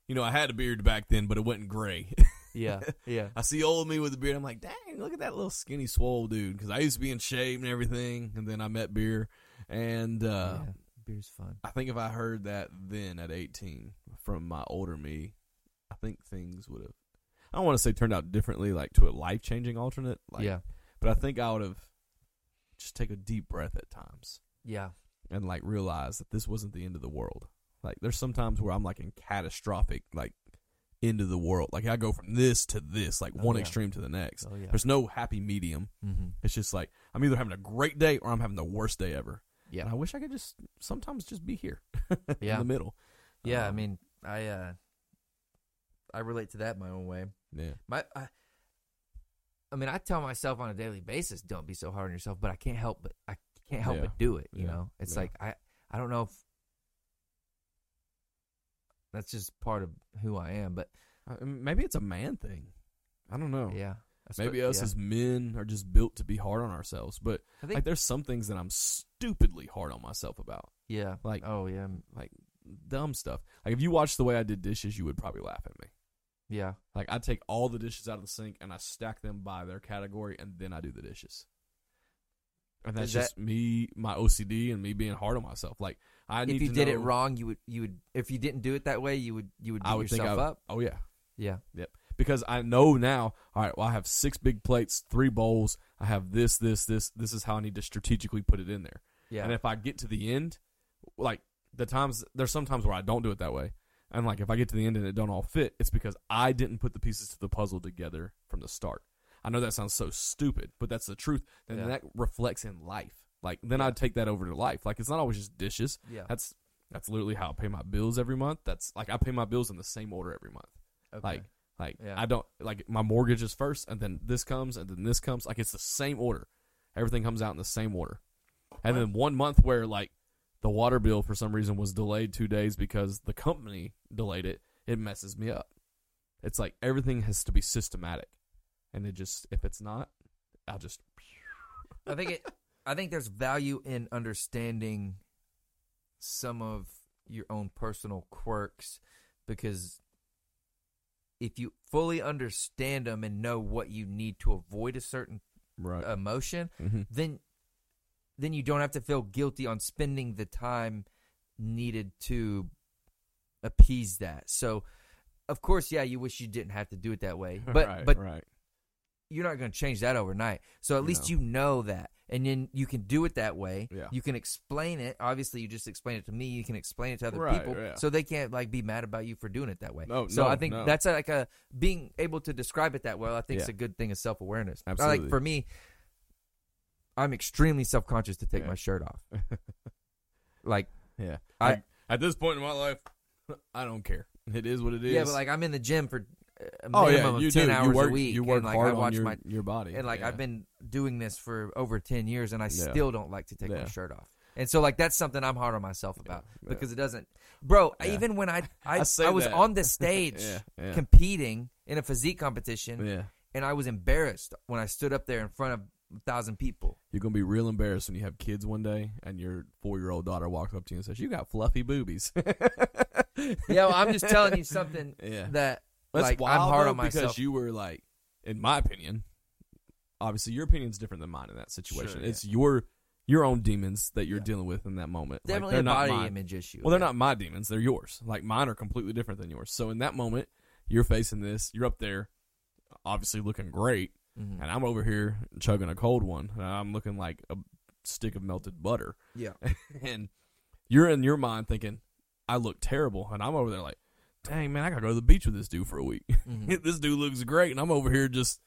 S2: You know, I had a beard back then, but it wasn't gray.
S1: Yeah, yeah,
S2: I see old me with a beard. I'm like, dang, look at that little skinny, swole dude. Because I used to be in shape and everything, and then I met beer. And uh,
S1: yeah. Beer's fun.
S2: I think if I heard that then at 18 from my older me, I think things would have. I don't want to say turned out differently, like to a life changing alternate. Like,
S1: yeah,
S2: But I think I would have just take a deep breath at times
S1: yeah,
S2: and like realize that this wasn't the end of the world. Like there's some times where I'm like in catastrophic like end of the world. Like I go from this to this, like
S1: Oh,
S2: one
S1: yeah.
S2: extreme to the next.
S1: oh yeah,
S2: There's no happy medium.
S1: mm-hmm.
S2: It's just like I'm either having a great day or I'm having the worst day ever.
S1: yeah.
S2: And I wish I could just sometimes just be here
S1: Yeah.
S2: in the middle.
S1: Yeah, I
S2: Um,
S1: mean, I uh, I relate to that my own way.
S2: yeah.
S1: My, I, I mean, I tell myself on a daily basis, "Don't be so hard on yourself," but I can't help but I can't help
S2: Yeah,
S1: but do it. You
S2: yeah,
S1: know, it's
S2: yeah.
S1: like I, I don't know if that's just part of who I am, but
S2: I- maybe it's a man thing. I don't know.
S1: yeah, I spe-
S2: Oh. Maybe us
S1: yeah.
S2: as men are just built to be hard on ourselves, but
S1: I think,
S2: like there's some things that I'm stupidly hard on myself about.
S1: yeah,
S2: like-
S1: oh yeah, m-
S2: dumb stuff. Like if you watched the way I did dishes, you would probably laugh at me.
S1: yeah,
S2: Like I take all the dishes out of the sink and I stack them by their category and then I do the dishes. And that's
S1: Is that-
S2: just me, my OCD, and me being hard on myself. Like I need
S1: if you
S2: to
S1: did it
S2: know-
S1: wrong, you would you would if you didn't do it that way, you would you would beat
S2: I would think
S1: yourself
S2: I would,
S1: up.
S2: Oh yeah,
S1: Yeah,
S2: because I know now. All right, well I have six big plates, three bowls. I have this, this, this. This is how I need to strategically put it in there.
S1: yeah,
S2: And if I get to the end, like the times there's some times where I don't do it that way. And like if I get to the end and it don't all fit, it's because I didn't put the pieces to the puzzle together from the start. I know that sounds so stupid, but that's the truth. And
S1: Yeah.
S2: that reflects in life. Like then I'd take that over to life. Like it's not always just dishes.
S1: yeah.
S2: That's that's literally how I pay my bills every month. That's like I pay my bills in the same order every month.
S1: okay.
S2: Like like
S1: Yeah.
S2: I don't like my mortgage is first and then this comes and then this comes. Like it's the same order. Everything comes out in the same order. And then one month where like the water bill for some reason was delayed 2 days because the company delayed it, it messes me up. It's like everything has to be systematic. And it just if it's not, I'll just
S1: I think it. I think there's value in understanding some of your own personal quirks because if you fully understand them and know what you need to avoid a certain
S2: right.
S1: Oh. emotion,
S2: mm-hmm.
S1: then then you don't have to feel guilty on spending the time needed to appease that. So, of course, yeah, you wish you didn't have to do it that way, but
S2: right,
S1: but
S2: right.
S1: you're not going to change that overnight. So at
S2: You
S1: least
S2: know.
S1: you know that, and then you can do it that way.
S2: Yeah.
S1: You can explain it. Obviously, you just explain it to me. You can explain it to other
S2: Right,
S1: people,
S2: yeah.
S1: so they can't like be mad about you for doing it that way.
S2: No,
S1: so
S2: no,
S1: I think
S2: no.
S1: that's like a being able to describe it that well. I think it's
S2: Yeah.
S1: a good thing of self awareness.
S2: Absolutely.
S1: Like for me, I'm extremely self conscious to take
S2: Yeah.
S1: my shirt off. like
S2: yeah.
S1: I-
S2: Like, at this point in my life, I don't care. It is what it is.
S1: yeah, but like I'm in the gym for uh, a minimum
S2: oh yeah,
S1: of
S2: you
S1: ten
S2: do.
S1: hours
S2: you work,
S1: a week.
S2: You work
S1: and, like,
S2: hard
S1: I watch
S2: on your,
S1: my
S2: your body.
S1: and like
S2: yeah.
S1: I've been doing this for over 10 years and I
S2: Yeah.
S1: still don't like to take my
S2: Yeah.
S1: shirt off. And so like that's something I'm hard on myself about
S2: yeah.
S1: because it doesn't Bro,
S2: Yeah.
S1: even when I I,
S2: I
S1: I,
S2: say
S1: was
S2: that.
S1: on the stage
S2: Yeah, yeah.
S1: competing in a physique competition
S2: yeah.
S1: and I was embarrassed when I stood up there in front of thousand people.
S2: You're gonna be real embarrassed when you have kids one day, and your four year old daughter walks up to you and says, "You got fluffy boobies."
S1: Yeah, well, I'm just telling you something
S2: Yeah,
S1: that
S2: that's
S1: like
S2: wild,
S1: I'm hard
S2: though,
S1: on myself.
S2: because you were like, in my opinion, obviously your opinion's different than mine in that situation.
S1: yeah.
S2: It's your your own demons that you're
S1: Yeah.
S2: dealing with in that moment. Like,
S1: definitely
S2: they're
S1: a
S2: not
S1: body
S2: mine.
S1: image issue.
S2: Well, they're not my demons; they're yours. Like mine are completely different than yours. So in that moment, you're facing this. You're up there, obviously looking great,
S1: Mhm.
S2: and I'm over here chugging a cold one. And I'm looking like a stick of melted butter,
S1: Yeah,
S2: and you're in your mind thinking, "I look terrible," and I'm over there like, "Dang man, I gotta go to the beach with this dude for a week."
S1: Mhm.
S2: this dude looks great, and I'm over here just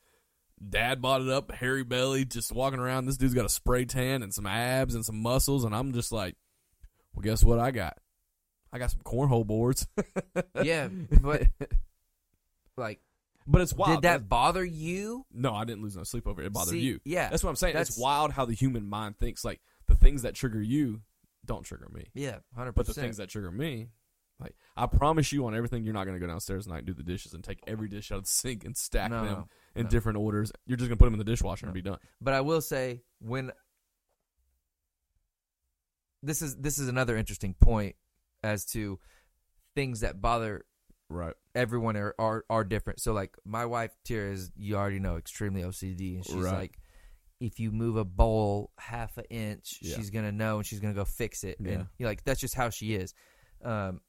S2: dad botted up, hairy belly, just walking around. This dude's got a spray tan and some abs and some muscles, and I'm just like, well, guess what I got? I got some cornhole boards.
S1: yeah, but like,
S2: But it's wild.
S1: did that bother you?
S2: no, I didn't lose no sleep over it. It bothered
S1: See,
S2: you.
S1: Yeah,
S2: That's what I'm saying. It's
S1: That's-
S2: wild how the human mind thinks. Like the things that trigger you don't trigger me,
S1: yeah, hundred
S2: but the things
S1: percent.
S2: that trigger me. Like I promise you on everything, you're not gonna go downstairs tonight and do the dishes and take every dish out of the sink and stack
S1: No,
S2: them
S1: no,
S2: in
S1: no.
S2: different orders. You're just gonna put them in the dishwasher
S1: No.
S2: and be done.
S1: But I will say when this is this is another interesting point as to things that bother
S2: Right.
S1: everyone are are, are different. So like my wife Tira is you already know extremely OCD, and she's
S2: Right.
S1: like, if you move a bowl half an inch,
S2: Yeah.
S1: she's gonna know and she's gonna go fix it.
S2: Yeah.
S1: And you know, like that's just how she is. Um,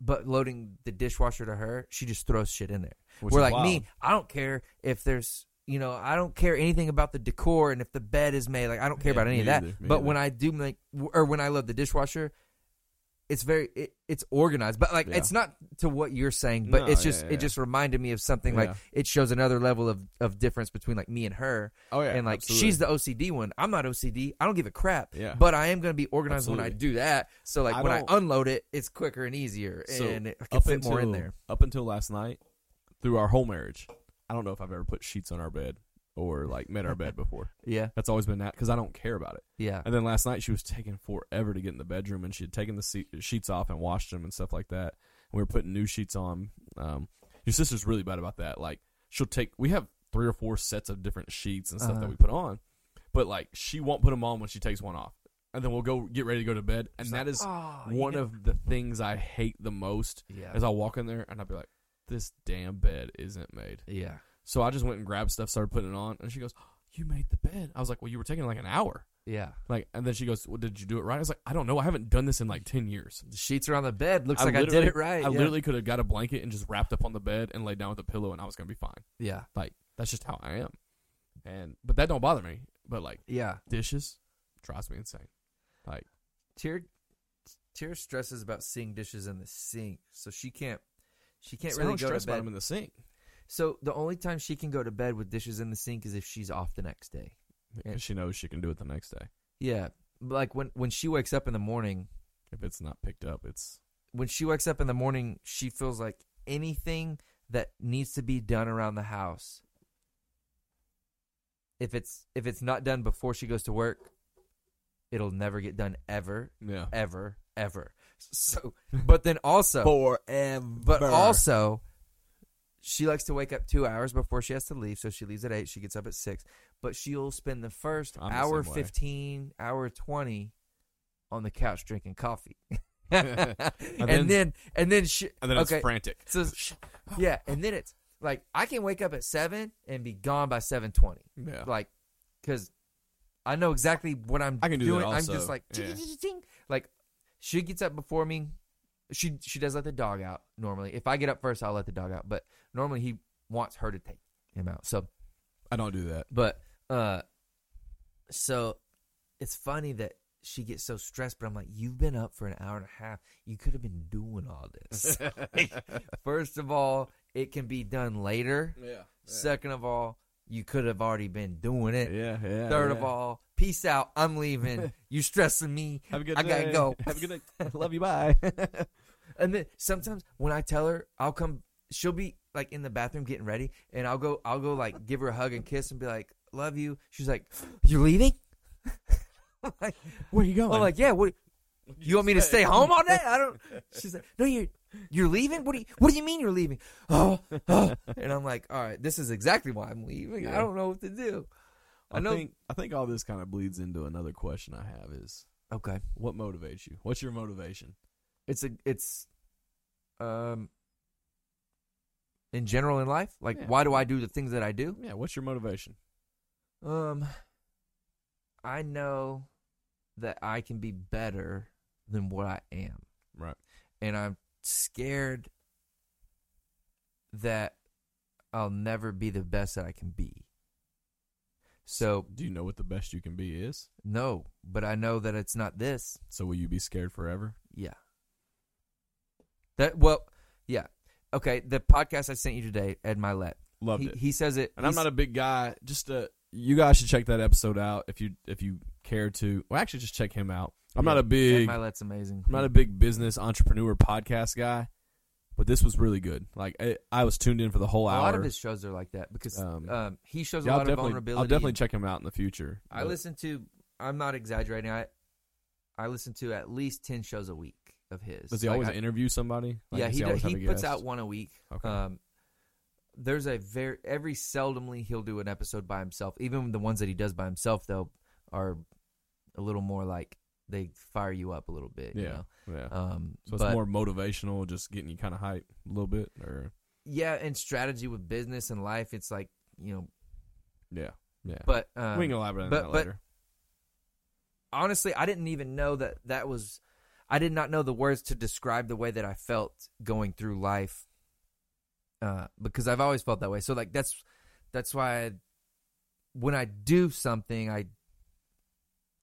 S1: but loading the dishwasher to her, she just throws shit in there.
S2: Which
S1: We're
S2: is
S1: like
S2: wild.
S1: me. I don't care if there's you know I don't care anything about the decor and if the bed is made. Like I don't care
S2: Yeah,
S1: about any
S2: me
S1: of that.
S2: either, me
S1: but
S2: either.
S1: when I do like or when I load the dishwasher, it's very it, it's organized. But like
S2: Yeah.
S1: it's not to what you're saying. But
S2: No,
S1: it's
S2: yeah,
S1: just
S2: yeah,
S1: it
S2: yeah.
S1: just reminded me of something like
S2: Yeah.
S1: it shows another level of of difference between like me and her.
S2: Oh yeah,
S1: and like she's the OCD one. I'm not OCD. I don't give a crap.
S2: Yeah.
S1: But I am gonna be organized when I do that. So like
S2: I
S1: when I
S2: don't-
S1: unload it, it's quicker and easier,
S2: So,
S1: and it, I can fit more in there.
S2: Up until last night, through our whole marriage, I don't know if I've ever put sheets on our bed or like made our bed before.
S1: Yeah.
S2: That's always been that because I don't care about it.
S1: Yeah.
S2: And then last night she was taking forever to get in the bedroom, and she had taken the se- sheets off and washed them and stuff like that. We were putting new sheets on. Um, your sister's really bad about that. Like she'll take. We have three or four sets of different sheets and stuff
S1: Uh-huh.
S2: that we put on, but like she won't put them on when she takes one off. And then we'll go get ready to go to bed, and
S1: She's
S2: that
S1: like,
S2: is
S1: "Oh, you
S2: one
S1: know-"
S2: of the things I hate the most
S1: yeah.
S2: is I'll walk in there and I'll be like, this damn bed isn't made.
S1: Yeah.
S2: So I just went and grabbed stuff, started putting it on, and she goes, you made the bed. I was like, well, you were taking like an hour.
S1: Yeah.
S2: Like, and then she goes, well, did you do it right? I was like, I don't know. I haven't done this in like 10 years.
S1: The sheets are on the bed. Looks
S2: I
S1: like I did
S2: literally-
S1: it right.
S2: I
S1: yeah.
S2: literally could have got a blanket and just wrapped up on the bed and laid down with a pillow and I was going to be fine.
S1: Yeah.
S2: Like, that's just how I am. And, but that don't bother me. But like
S1: Yeah.
S2: dishes drives me insane.
S1: Tier Tier stresses about seeing dishes in the sink, so she can't she can't
S2: So I
S1: really
S2: don't
S1: go
S2: stress
S1: to
S2: about
S1: bed.
S2: them in the sink.
S1: so the only time she can go to bed with dishes in the sink is if she's off the next day. Yeah.
S2: Because she knows she can do it the next day.
S1: Yeah. Like when when she wakes up in the morning,
S2: If it's not picked up, it's
S1: when she wakes up in the morning, she feels like anything that needs to be done around the house. If it's if it's not done before she goes to work, it'll never get done ever,
S2: yeah.
S1: ever, ever. So, but then also,
S2: forever.
S1: but also, she likes to wake up two hours before she has to leave. So she leaves at eight. She gets up at six. But she'll spend the 1st
S2: I'm the
S1: hour
S2: same way.
S1: fifteen, hour twenty, on the couch drinking coffee,
S2: And
S1: and,
S2: then-
S1: then, and then she
S2: and then
S1: okay
S2: it's frantic.
S1: so yeah, and then it's like I can wake up at seven and be gone by seven twenty,
S2: Yeah.
S1: like because I know exactly what I'm.
S2: I can do that
S1: doing.
S2: also,
S1: I'm just like
S2: yeah.
S1: "Ching-ching-ching-ching." like she gets up before me. She she does let the dog out normally. If I get up first, I'll let the dog out. But normally he wants her to take him out. So
S2: I don't do that.
S1: but uh, so it's funny that she gets so stressed. But I'm like, you've been up for an hour and a half. You could have been doing all this. First of all, it can be done later.
S2: yeah.
S1: Second of all, you could have already been doing it.
S2: Yeah. yeah
S1: Third of
S2: yeah.
S1: all, peace out. I'm leaving. you stressing me.
S2: have a good
S1: I
S2: day.
S1: gotta go.
S2: Have a good day. Love you. Bye.
S1: And then sometimes when I tell her, I'll come. She'll be like in the bathroom getting ready, and I'll go. I'll go like give her a hug and kiss and be like, "Love you." She's like, "You're leaving?" I'm like,
S2: Where are you going?
S1: I'm like, "Yeah." What? You want me to stay home all day? I don't. She's like, "No, you're you're leaving. What do you What do you mean you're leaving?" Oh, oh. and I'm like, "All right, this is exactly why I'm leaving. I
S2: Yeah.
S1: don't know what to do."
S2: I,
S1: I know-
S2: think I think all this kind of bleeds into another question I have is
S1: Okay.
S2: what motivates you? What's your motivation?
S1: It's a it's um in general in life, like
S2: Yeah.
S1: why do I do the things that I do?
S2: Yeah, what's your motivation?
S1: Um, I know that I can be better than what I am.
S2: Right.
S1: And I'm scared that I'll never be the best that I can be. So,
S2: Do you know what the best you can be is?
S1: no, but I know that it's not this.
S2: So will you be scared forever?
S1: Yeah. That, well, yeah. Okay. The podcast I sent you today, Ed Milet,
S2: Loved
S1: he,
S2: it.
S1: he says it.
S2: and I'm not a big guy. Just uh, you guys should check that episode out if you if you care to. Well, actually, just check him out. I'm not a
S1: Ed
S2: big I'm
S1: Milet's amazing.
S2: not a big business entrepreneur podcast guy, but this was really good. Like I, I was tuned in for the whole
S1: a
S2: hour.
S1: lot of his shows are like that because
S2: Um,
S1: um, he shows a
S2: Yeah, I'll
S1: lot of
S2: definitely
S1: vulnerability.
S2: I'll definitely
S1: and-
S2: check him out in the future.
S1: I
S2: but-
S1: listen to. I'm not exaggerating. I I listen to at least ten shows a week of his.
S2: Does he
S1: Like,
S2: always
S1: I-
S2: interview somebody? Like,
S1: yeah,
S2: does
S1: he
S2: always
S1: does, he
S2: have a
S1: puts
S2: guest?
S1: out one a week.
S2: Okay.
S1: Um, there's a very every seldomly he'll do an episode by himself. Even the ones that he does by himself though are a little more like they fire you up a little bit. You
S2: Yeah.
S1: know?
S2: yeah.
S1: Um,
S2: so it's
S1: but-
S2: more motivational, just getting you kind of hype a little bit, or
S1: yeah, and strategy with business and life. It's like you know,
S2: yeah, yeah.
S1: but um,
S2: we can elaborate on
S1: but-
S2: that
S1: but-
S2: later.
S1: honestly, I didn't even know that that was. I did not know the words to describe the way that I felt going through life, uh, because I've always felt that way. So like that's that's why I, when I do something, I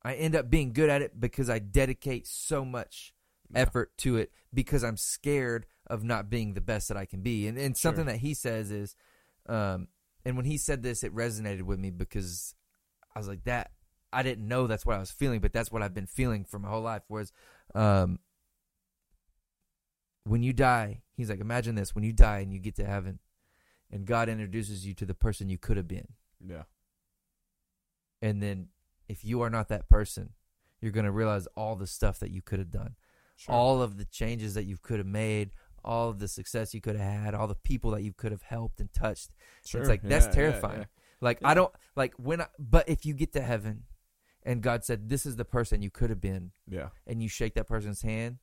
S1: I end up being good at it because I dedicate so much
S2: Yeah.
S1: effort to it because I'm scared of not being the best that I can be. And and something
S2: Sure.
S1: that he says is, um, and when he said this, it resonated with me because I was like that. I didn't know that's what I was feeling, but that's what I've been feeling for my whole life. Whereas, um, when you die, he's like, imagine this: when you die and you get to heaven, and God introduces you to the person you could have been,
S2: Yeah,
S1: and then if you are not that person, you're going to realize all the stuff that you could have done
S2: sure.
S1: all of the changes that you could have made, all of the success you could have had, all the people that you could have helped and touched.
S2: Sure.
S1: It's like that's
S2: Yeah, yeah,
S1: terrifying.
S2: yeah.
S1: Like
S2: Yeah.
S1: I don't like when I but if you get to heaven and God said this is the person you could have been
S2: Yeah,
S1: and you shake that person's hand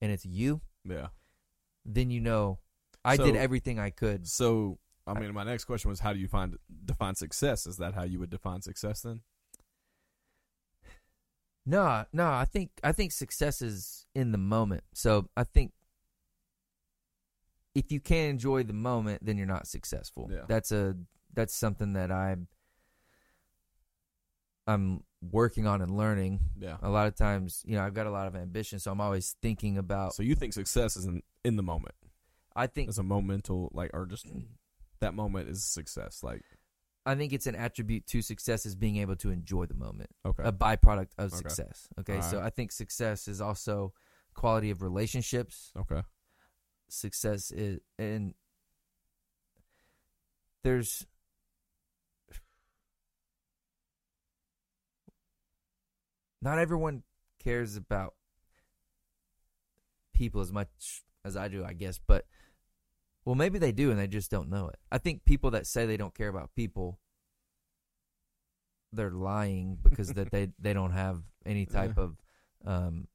S1: and it's you,
S2: yeah.
S1: then you know I
S2: So-
S1: did everything I could.
S2: So, I
S1: I-
S2: mean, my next question was, how do you find define success? Is that how you would define success then?
S1: No, no, I think I think success is in the moment. So I think if you can't enjoy the moment, then you're not successful.
S2: Yeah.
S1: That's a that's something that I I'm working on and learning.
S2: Yeah.
S1: A lot of times, you know, I've got a lot of ambition, so I'm always thinking about
S2: So you think success is in, in the moment?
S1: I think
S2: It's a momental, like, or just that moment is success. Like,
S1: I think it's an attribute to success is being able to enjoy the moment.
S2: okay,
S1: a byproduct of
S2: Okay.
S1: success. Okay.
S2: All
S1: So
S2: right.
S1: I think success is also quality of relationships.
S2: okay,
S1: success is and there's not everyone cares about people as much as I do, I guess, but well maybe they do and they just don't know it. I think people that say they don't care about people they're lying because that they they don't have any type
S2: Yeah.
S1: of um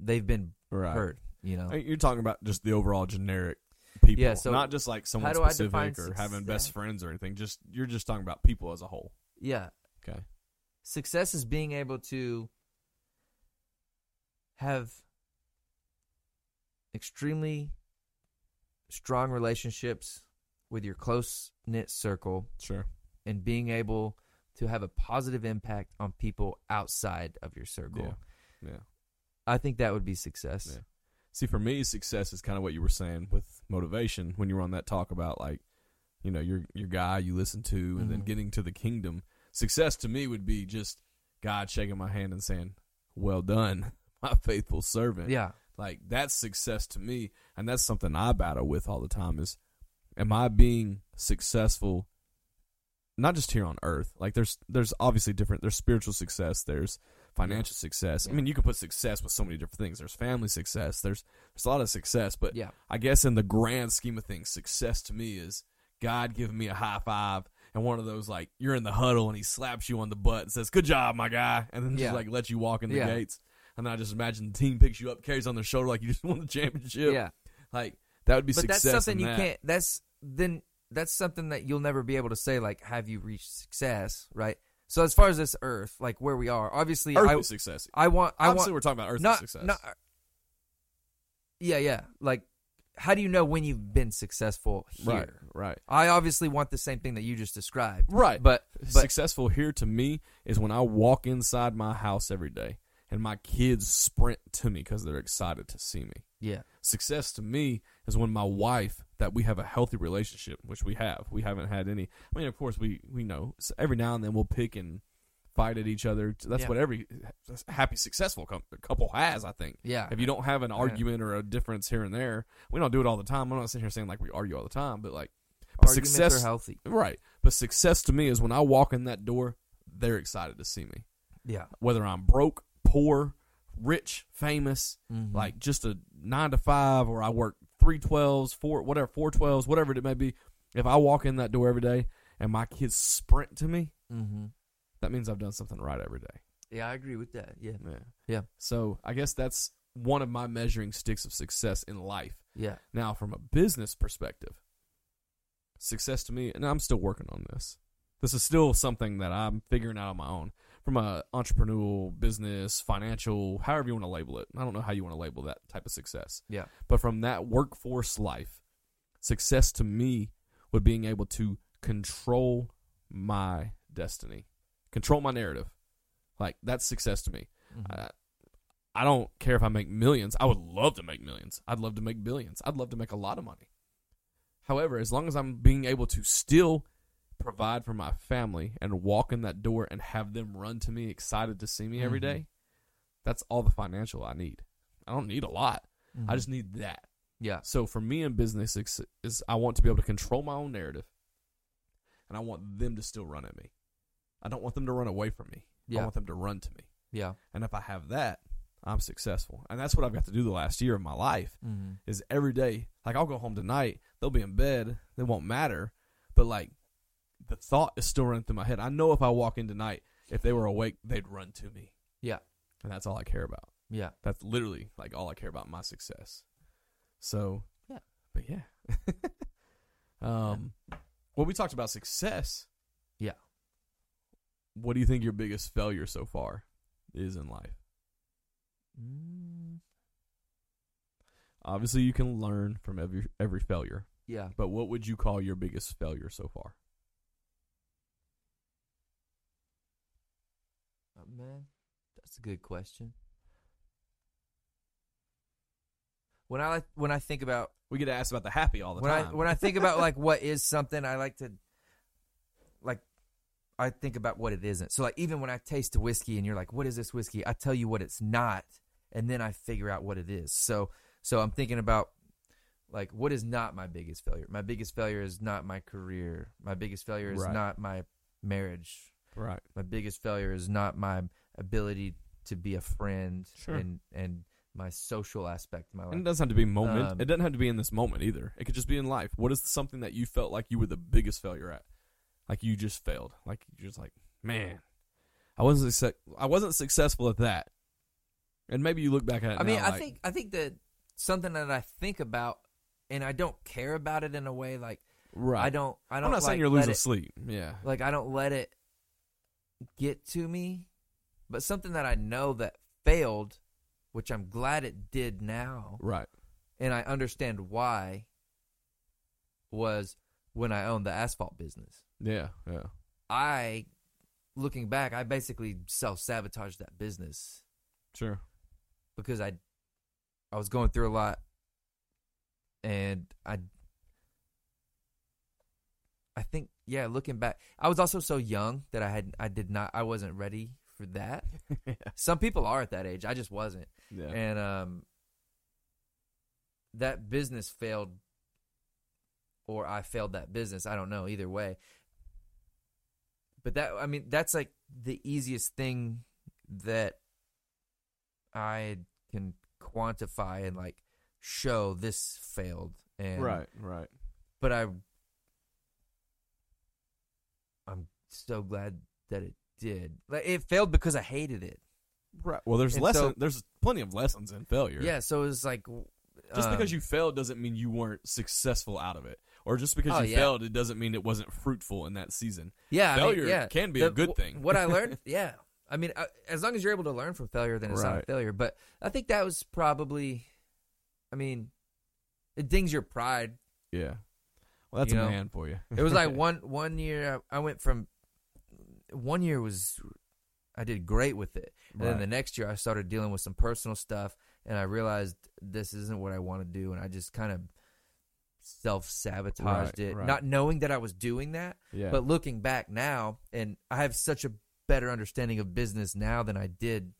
S1: they've been
S2: right.
S1: hurt, you know.
S2: I mean, You're talking about just the overall generic people,
S1: Oh. Yeah, so
S2: not just like someone
S1: how do I
S2: specific or
S1: define
S2: having best
S1: success?
S2: friends or anything. Just you're just talking about people as a whole.
S1: Yeah.
S2: Okay.
S1: Success is being able to have extremely strong relationships with your close knit circle
S2: Sure.
S1: and being able to have a positive impact on people outside of your circle.
S2: Yeah. Yeah.
S1: I think that would be success.
S2: Yeah. See, for me, success is kind of what you were saying with motivation when you were on that talk about like, you know, your your guy you listen to, and then
S1: Mhm.
S2: getting to the kingdom. Success to me would be just God shaking my hand and saying, "Well done, my faithful servant."
S1: Yeah.
S2: Like that's success to me, and that's something I battle with all the time. Is am I being successful? Not just here on earth. Like there's there's obviously different. There's spiritual success. There's financial success. I
S1: Yeah.
S2: mean, you can put success with so many different things. There's family success. There's there's a lot of success, but
S1: Yeah.
S2: I guess in the grand scheme of things, success to me is God giving me a high five and one of those like you're in the huddle and he slaps you on the butt and says, "Good job, my guy," and then
S1: Yeah.
S2: just like lets you walk in the
S1: Yeah.
S2: gates. And then I just imagine the team picks you up, carries on their shoulder like you just won the championship.
S1: Yeah.
S2: like that would be
S1: But
S2: success.
S1: that's something
S2: in
S1: you
S2: that.
S1: can't. That's then. That's something that you'll never be able to say. Like, have you reached success? Right. So as far as this Earth, like where we are, obviously,
S2: Earthly
S1: I
S2: success.
S1: I want I
S2: Obviously,
S1: want
S2: we're talking about earthly
S1: not
S2: success.
S1: not. Yeah, yeah. Like, how do you know when you've been successful here?
S2: right, right,
S1: I obviously want the same thing that you just described.
S2: right.
S1: But but
S2: successful here to me is when I walk inside my house every day and my kids sprint to me because they're excited to see me.
S1: yeah,
S2: Success to me is when my wife that we have a healthy relationship, which we have. We haven't had any. I mean, of course, we we know so every now and then we'll pick and fight at each other. That's
S1: Yeah.
S2: what every happy, successful com- couple has, I think.
S1: yeah.
S2: If you don't have an
S1: Yeah.
S2: argument or a difference here and there, we don't do it all the time. I'm not sitting here saying like we argue all the time, but like
S1: Arguments
S2: success-
S1: are healthy.
S2: Right. But success to me is when I walk in that door, they're excited to see me.
S1: Yeah.
S2: Whether I'm broke, poor, rich, famous,
S1: Mhm.
S2: like just a nine to five, or I work three twelves, four whatever, four twelves, whatever it may be. If I walk in that door every day and my kids sprint to me,
S1: Mhm.
S2: that means I've done something right every day.
S1: Yeah, I agree with that. Yeah.
S2: Yeah.
S1: Yeah.
S2: So I guess that's one of my measuring sticks of success in life.
S1: Yeah.
S2: Now, from a business perspective, success to me, and I'm still working on this. This is still something that I'm figuring out on my own. From a entrepreneurial, business, financial, however you want to label it. I don't know how you want to label that type of success.
S1: Yeah.
S2: But from that workforce life, success to me would being able to control my destiny, control my narrative. Like that's success to me.
S1: Mhm.
S2: I, I don't care if I make millions. I would love to make millions. I'd love to make billions. I'd love to make a lot of money. However, as long as I'm being able to still provide for my family and walk in that door and have them run to me excited to see me every
S1: Mhm.
S2: day, that's all the financial I need. I don't need a lot. I
S1: Mhm.
S2: just need that.
S1: yeah.
S2: So for me in business it's- is I want to be able to control my own narrative and I want them to still run at me. I don't want them to run away from me. I
S1: Yeah.
S2: want them to run to me.
S1: Yeah.
S2: And if I have that, I'm successful. And that's what I've got to do the last year of my life
S1: Mhm.
S2: is every day. Like I'll go home tonight, they'll be in bed, they won't matter, but like the thought is still running through my head. I know if I walk in tonight, if they were awake, they'd run to me.
S1: Yeah.
S2: And that's all I care about.
S1: Yeah.
S2: That's literally like all I care about my success. So,
S1: Yeah.
S2: But yeah. um well we talked about success.
S1: Yeah.
S2: What do you think your biggest failure so far is in life?
S1: Mm,
S2: Obviously, you can learn from every every failure,
S1: yeah.
S2: but what would you call your biggest failure so far?
S1: Oh, man, that's a good question. When I like- when I think about
S2: We get asked about the happy all the
S1: when
S2: time.
S1: I when I think about like what is something, I like to like I think about what it isn't. So like even when I taste a whiskey and you're like, what is this whiskey? I tell you what it's not, and then I figure out what it is. So so I'm thinking about like what is not my biggest failure. My biggest failure is not my career. My biggest failure is
S2: Right.
S1: not my marriage.
S2: right,
S1: my biggest failure is not my ability to be a friend
S2: Sure.
S1: and and my social aspect of my
S2: and it
S1: life.
S2: doesn't have to be moment.
S1: Um,
S2: it doesn't have to be in this moment either. It could just be in life. What is something that you felt like you were the biggest failure at? Like you just failed. Like you're just like, man, I wasn't success- I wasn't successful at that. And maybe you look back at it.
S1: I mean,
S2: now,
S1: I
S2: like,
S1: think I think that something that I think about and I don't care about it in a way like
S2: right.
S1: I don't I don't
S2: am not
S1: like,
S2: saying you're
S1: let
S2: losing
S1: it,
S2: sleep. Yeah,
S1: like I don't let it get to me, but something that I know that failed, which I'm glad it did now,
S2: right.
S1: and I understand why was when I owned the asphalt business.
S2: Yeah, yeah.
S1: I, looking back, I basically self sabotaged that business
S2: Sure.
S1: because I, I was going through a lot, and I, I think yeah, looking back, I was also so young that I had I did not I wasn't ready for that.
S2: yeah.
S1: Some people are at that age, I just wasn't,
S2: Yeah.
S1: and um, that business failed, or I failed that business. I don't know either way. but that I mean that's like the easiest thing that I can quantify and like show this failed and
S2: Right, right.
S1: but I so glad that it did. Like it failed because I hated it.
S2: Right. Well, there's
S1: And
S2: lesson.
S1: so-
S2: there's plenty of lessons in failure.
S1: Yeah, so it was like w-
S2: Just
S1: um,
S2: because you failed doesn't mean you weren't successful out of it, or just because
S1: Oh,
S2: you
S1: yeah.
S2: failed it doesn't mean it wasn't fruitful in that season.
S1: yeah, I mean,
S2: failure
S1: yeah.
S2: can be a
S1: The-
S2: good
S1: w-
S2: thing.
S1: what I learned, yeah. I mean, I, as long as you're able to learn from failure, then it's not a
S2: Right.
S1: failure. But I think that was probably, I mean, it dings your pride
S2: Yeah. Well, that's
S1: You
S2: a
S1: know,
S2: man for you.
S1: It was like one one year I, I went from one year was I did great with it, and then
S2: Right.
S1: the next year I started dealing with some personal stuff, and I realized this isn't what I want to do, and I just kind of self sabotaged
S2: Right,
S1: it,
S2: right.
S1: not knowing that I was doing that.
S2: yeah.
S1: But looking back now, and I have such a better understanding of business now than I did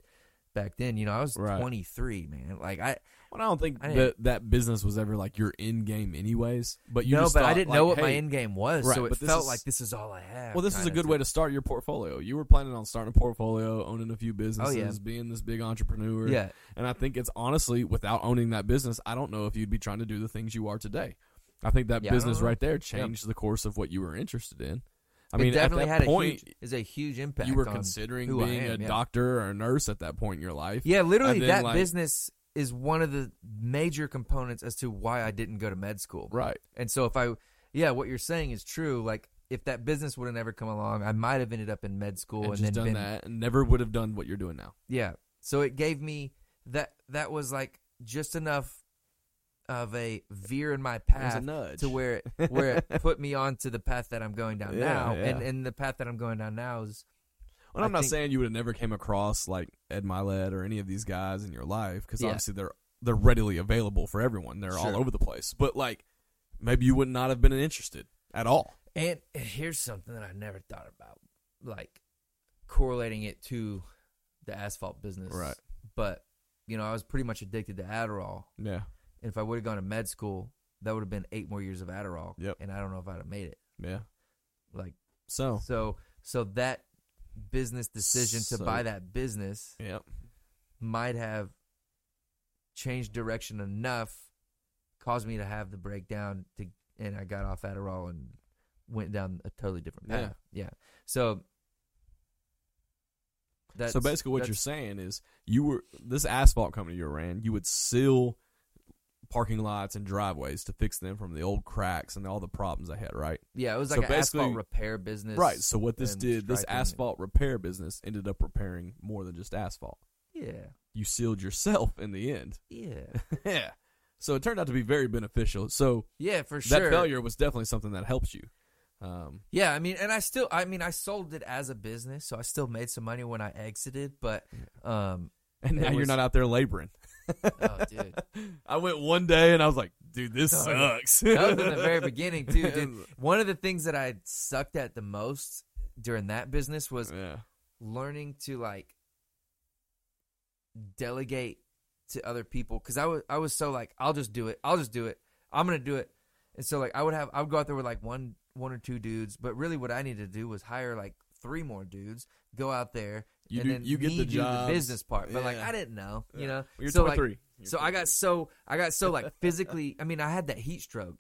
S1: back then. You know, I was
S2: Right.
S1: 23, man. Like I,
S2: Well, I don't think
S1: I
S2: that that business was ever like your end game, anyways. But you
S1: no,
S2: just
S1: but I
S2: thought,
S1: didn't
S2: like,
S1: know what my
S2: hey,
S1: end game was,
S2: Right,
S1: so it
S2: but this
S1: felt
S2: is-
S1: like this is all I have.
S2: Well, this is a
S1: kinda
S2: good
S1: to-
S2: way to start your portfolio. You were planning on starting a portfolio, owning a few businesses, being this big entrepreneur.
S1: Oh, yeah,
S2: And I think it's honestly, without owning that business, I don't know if you'd be trying to do the things you are today. I think that
S1: Yeah, I don't
S2: business
S1: know.
S2: right there changed the course of what you were interested in. I
S1: It
S2: mean,
S1: definitely
S2: at that
S1: had
S2: point,
S1: a huge, is a huge impact.
S2: you were
S1: on-
S2: considering
S1: who I
S2: being
S1: am,
S2: a
S1: yeah.
S2: doctor or a nurse at that point in your life.
S1: yeah, literally
S2: and then,
S1: that
S2: like-
S1: business is one of the major components as to why I didn't go to med school.
S2: Right.
S1: And so if I, yeah, what you're saying is true. Like if that business would have never come along, I might have ended up in med school
S2: And
S1: Oh, and, then
S2: just done
S1: been,
S2: that and never would have done what you're doing now.
S1: yeah. So it gave me that that was like just enough of a veer in my
S2: It was a
S1: path
S2: nudge.
S1: to where it, where it put me onto the path that I'm going down
S2: Yeah,
S1: now, and
S2: yeah.
S1: and the path that I'm going down now is
S2: And I'm
S1: I
S2: not
S1: think-
S2: saying you would have never came across like Ed Milet or any of these guys in your life because
S1: Yeah.
S2: obviously they're they're readily available for everyone. They're all
S1: Sure.
S2: over the place. But like maybe you would not have been interested at all.
S1: And here's something that I never thought about, like correlating it to the asphalt business.
S2: Right.
S1: But you know, I was pretty much addicted to Adderall,
S2: Yeah.
S1: and if I would have gone to med school, that would have been eight more years of Adderall.
S2: Yep.
S1: And I don't know if I'd have made it.
S2: Yeah.
S1: Like
S2: So
S1: so, so that business decision to
S2: So-
S1: buy that business
S2: yeah.
S1: might have changed direction enough, caused me to have the breakdown to, and I got off Adderall and went down a totally different
S2: Yeah.
S1: path. Yeah. So. That's,
S2: so basically what you're
S1: that's-
S2: saying is you were this asphalt company you ran, you would seal parking lots and driveways to fix them from the old cracks and all the problems I had, right?
S1: yeah, it was
S2: so
S1: like an asphalt
S2: basically-
S1: repair business,
S2: right. So what this
S1: and
S2: did, this
S1: striping and-
S2: asphalt repair business ended up repairing more than just asphalt.
S1: Yeah,
S2: You sealed yourself in the end.
S1: yeah,
S2: yeah. So it turned out to be very beneficial. So
S1: yeah, for sure.
S2: that failure was definitely something that helps you. Um,
S1: Yeah, I mean, and I still, I mean, I sold it as a business, so I still made some money when I exited. But, um,
S2: and
S1: It
S2: now you're
S1: was-
S2: not out there laboring.
S1: oh, dude,
S2: I went one day and I was like, dude, this
S1: Oh,
S2: sucks.
S1: that was in the very beginning too. Dude, One of the things that I sucked at the most during that business was
S2: yeah.
S1: learning to like delegate to other people because I was I was so like I'll just do it I'll just do it I'm gonna do it and so like I would have I would go out there with like one one or two dudes but really what I needed to do was hire like three more dudes go out there
S2: You
S1: and
S2: do-
S1: then
S2: you get
S1: me
S2: the
S1: do the
S2: jobs.
S1: business part but like
S2: Yeah.
S1: I didn't know you
S2: Yeah.
S1: know
S2: You're
S1: so like
S2: 23.
S1: so I got so I got so like physically I mean I had that heat stroke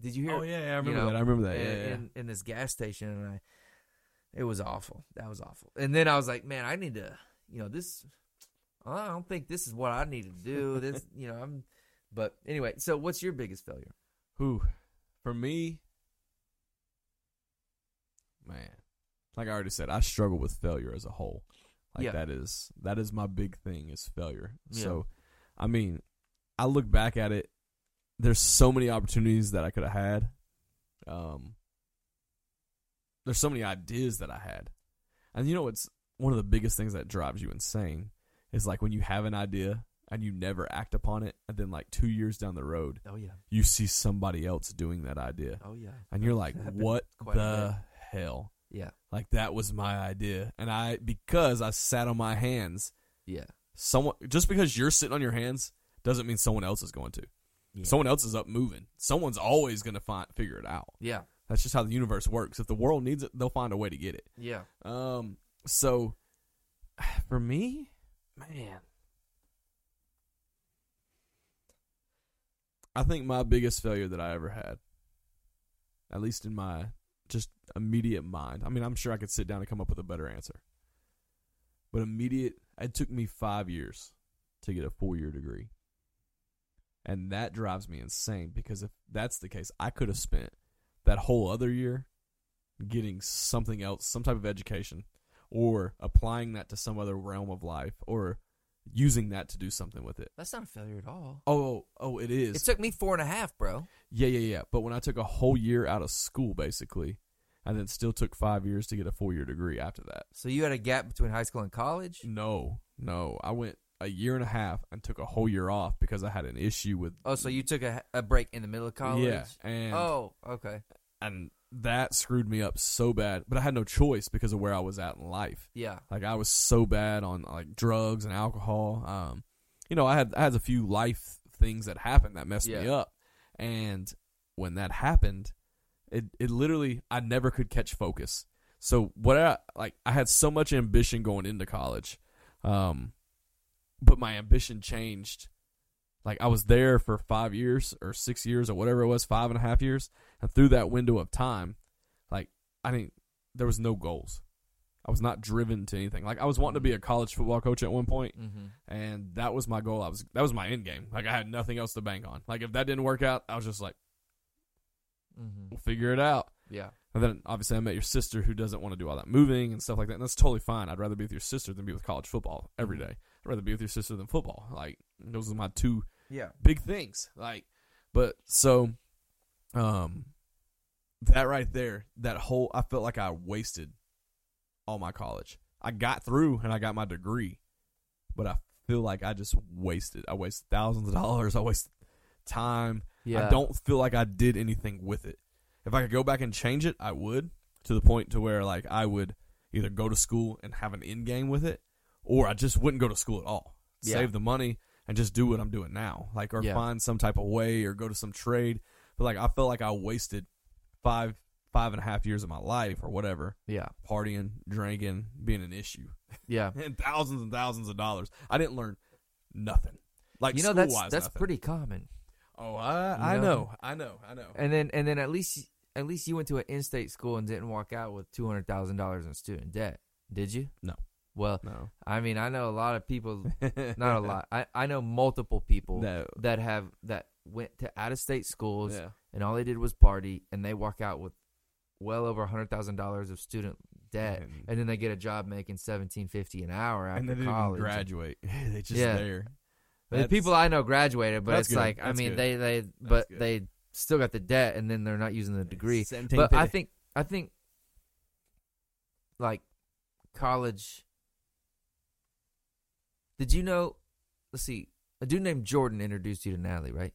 S1: did you hear
S2: Oh yeah, yeah, I remember
S1: know,
S2: that. I remember that.
S1: in,
S2: Yeah, yeah, yeah.
S1: in, in this gas station and I it was awful. That was awful. And then I was like, man, I need to, you know, this I don't think this is what I need to do. This, you know, I'm but anyway, so what's your biggest failure?
S2: Who? For me, man, like I already said, I struggle with failure as a whole. Like
S1: Yeah.
S2: that is that is my big thing is failure.
S1: Yeah.
S2: So, I mean, I look back at it. There's so many opportunities that I could have had. Um, there's so many ideas that I had, and you know what's one of the biggest things that drives you insane is like when you have an idea and you never act upon it, and then like two years down the road,
S1: Oh yeah.
S2: you see somebody else doing that idea
S1: Oh yeah.
S2: and you're like
S1: Happened
S2: what
S1: quite a
S2: the hell
S1: Yeah.
S2: like that was my idea and i because i sat on my hands
S1: Yeah.
S2: someone just because you're sitting on your hands doesn't mean someone else is going to
S1: Yeah.
S2: someone else is up moving someone's always going to find figure it out
S1: yeah.
S2: that's just how the universe works if the world needs it they'll find a way to get it
S1: Yeah.
S2: um so for me man I think my biggest failure that I ever had, at least in my just immediate mind. I mean, I'm sure I could sit down and come up with a better answer. But immediate, it took me five years to get a four year degree. And that drives me insane because if that's the case, I could have spent that whole other year getting something else, some type of education, or applying that to some other realm of life, or using that to do something with it.
S1: That's not a failure at all.
S2: Oh, oh, it is.
S1: It took me four and a half, bro.
S2: Yeah, yeah, yeah. But when I took a whole year out of school, basically, and then still took five years to get a four year degree after that.
S1: So you had a gap between high school and college.
S2: No, no. I went a year and a half and took a whole year off because I had an issue with.
S1: Oh, so you took a, a break in the middle of college.
S2: Yeah. And,
S1: Oh, okay.
S2: and that screwed me up so bad. But I had no choice because of where I was at in life.
S1: Yeah.
S2: Like I was so bad on like drugs and alcohol. Um, you know, I had I had a few life things that happened that messed me
S1: Yeah.
S2: up, and when that happened, it it literally I never could catch focus. So what I like I had so much ambition going into college, um, but my ambition changed. Like I was there for five years or six years or whatever it was, five and a half years, and through that window of time, like I didn't. There was no goals. I was not driven to anything. Like I was wanting to be a college football coach at one point,
S1: Mm-hmm.
S2: and that was my goal. I was that was my end game. Like I had nothing else to bank on. Like if that didn't work out, I was just like,
S1: Mm-hmm.
S2: we'll figure it out.
S1: Yeah.
S2: And then obviously I met your sister who doesn't want to do all that moving and stuff like that. And that's totally fine. I'd rather be with your sister than be with college football every day. I'd rather be with your sister than football. Like those are my two
S1: Yeah.
S2: big things. Like, but so, um, that right there, that whole, I felt like I wasted all my college. I got through and I got my degree, but I feel like I just wasted. I wasted thousands of dollars. I wasted time.
S1: Yeah.
S2: I don't feel like I did anything with it. If I could go back and change it, I would to the point to where like I would either go to school and have an end game with it, or I just wouldn't go to school at all.
S1: Yeah.
S2: Save the money and just do what I'm doing now, like or
S1: Yeah.
S2: find some type of way or go to some trade. But like I felt like I wasted five five and a half years of my life or whatever,
S1: Yeah.
S2: partying, drinking, being an issue,
S1: Yeah.
S2: and thousands and thousands of dollars. I didn't learn nothing. Like
S1: you know that's
S2: school-wise,
S1: that's
S2: nothing.
S1: pretty common.
S2: Oh, I, I
S1: You know?
S2: know, I know, I know.
S1: And then and then at least at least you went to an in-state school and didn't walk out with two hundred thousand dollars in student debt, did you?
S2: No.
S1: Well,
S2: No,
S1: I mean, I know a lot of people. Not a lot. I I know multiple people
S2: No.
S1: that have that went to out-of-state schools
S2: Yeah.
S1: and all they did was party and they walk out with well over hundred thousand dollars of student debt
S2: And-
S1: and then they get a job making seventeen fifty an hour after
S2: Mm-hmm. And they didn't
S1: college.
S2: graduate. they just
S1: Yeah.
S2: there.
S1: The people I know graduated, but
S2: That's
S1: it's
S2: good.
S1: like I
S2: That's
S1: mean
S2: good.
S1: they they but
S2: good.
S1: they still got the debt and then they're not using the degree.
S2: Seventeen
S1: But I
S2: fifty.
S1: think I think like college. Did you know? Let's see. A dude named Jordan introduced you to Natalie, right?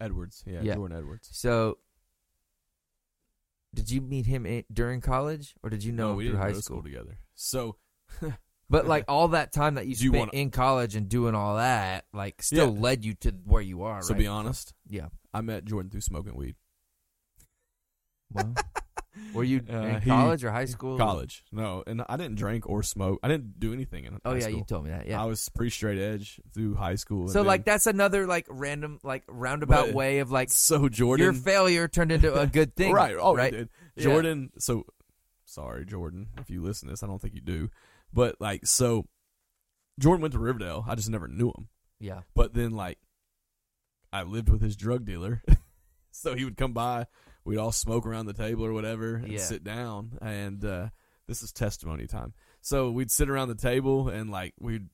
S2: Edwards. Yeah,
S1: Yeah.
S2: Jordan Edwards.
S1: So, did you meet him in, during college, or did you know him
S2: we
S1: through
S2: didn't
S1: high
S2: go to
S1: school?
S2: together. So
S1: But like all that time that you
S2: Do you
S1: spent
S2: wanna-
S1: in college and doing all that, like still
S2: Yeah.
S1: led you to where you are.
S2: so
S1: right?
S2: be honest,
S1: yeah.
S2: I met Jordan through smoking weed.
S1: Well, were you
S2: Uh,
S1: in
S2: he-
S1: college or high school?
S2: College. No, and I didn't drink or smoke. I didn't do anything in
S1: Oh
S2: high
S1: yeah,
S2: school.
S1: you told me that. Yeah.
S2: I was pretty straight edge through high school.
S1: So
S2: and
S1: like
S2: then-
S1: that's another like random like roundabout
S2: But-
S1: way of like
S2: So Jordan.
S1: your failure turned into a good thing.
S2: Right. Oh,
S1: right.
S2: right.
S1: Yeah.
S2: Jordan. So sorry, Jordan, if you listen to this, I don't think you do. But like, so Jordan went to Riverdale. I just never knew him.
S1: Yeah.
S2: But then like I lived with his drug dealer. so he would come by, we'd all smoke around the table or whatever and
S1: Yeah.
S2: sit down and uh this is testimony time. So we'd sit around the table and like we'd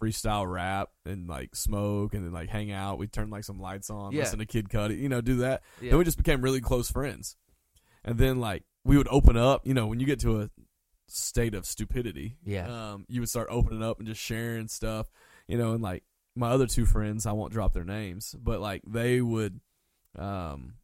S2: freestyle rap and like smoke and then like hang out. We'd turn like some lights on,
S1: Yeah.
S2: listen to Kid Cudi, you know, do that.
S1: Yeah.
S2: Then we just became really close friends. And then like we would open up, you know, when you get to a state of stupidity,
S1: Yeah.
S2: um, you would start opening up and just sharing stuff, you know, and like my other two friends, I won't drop their names, but like they would, um,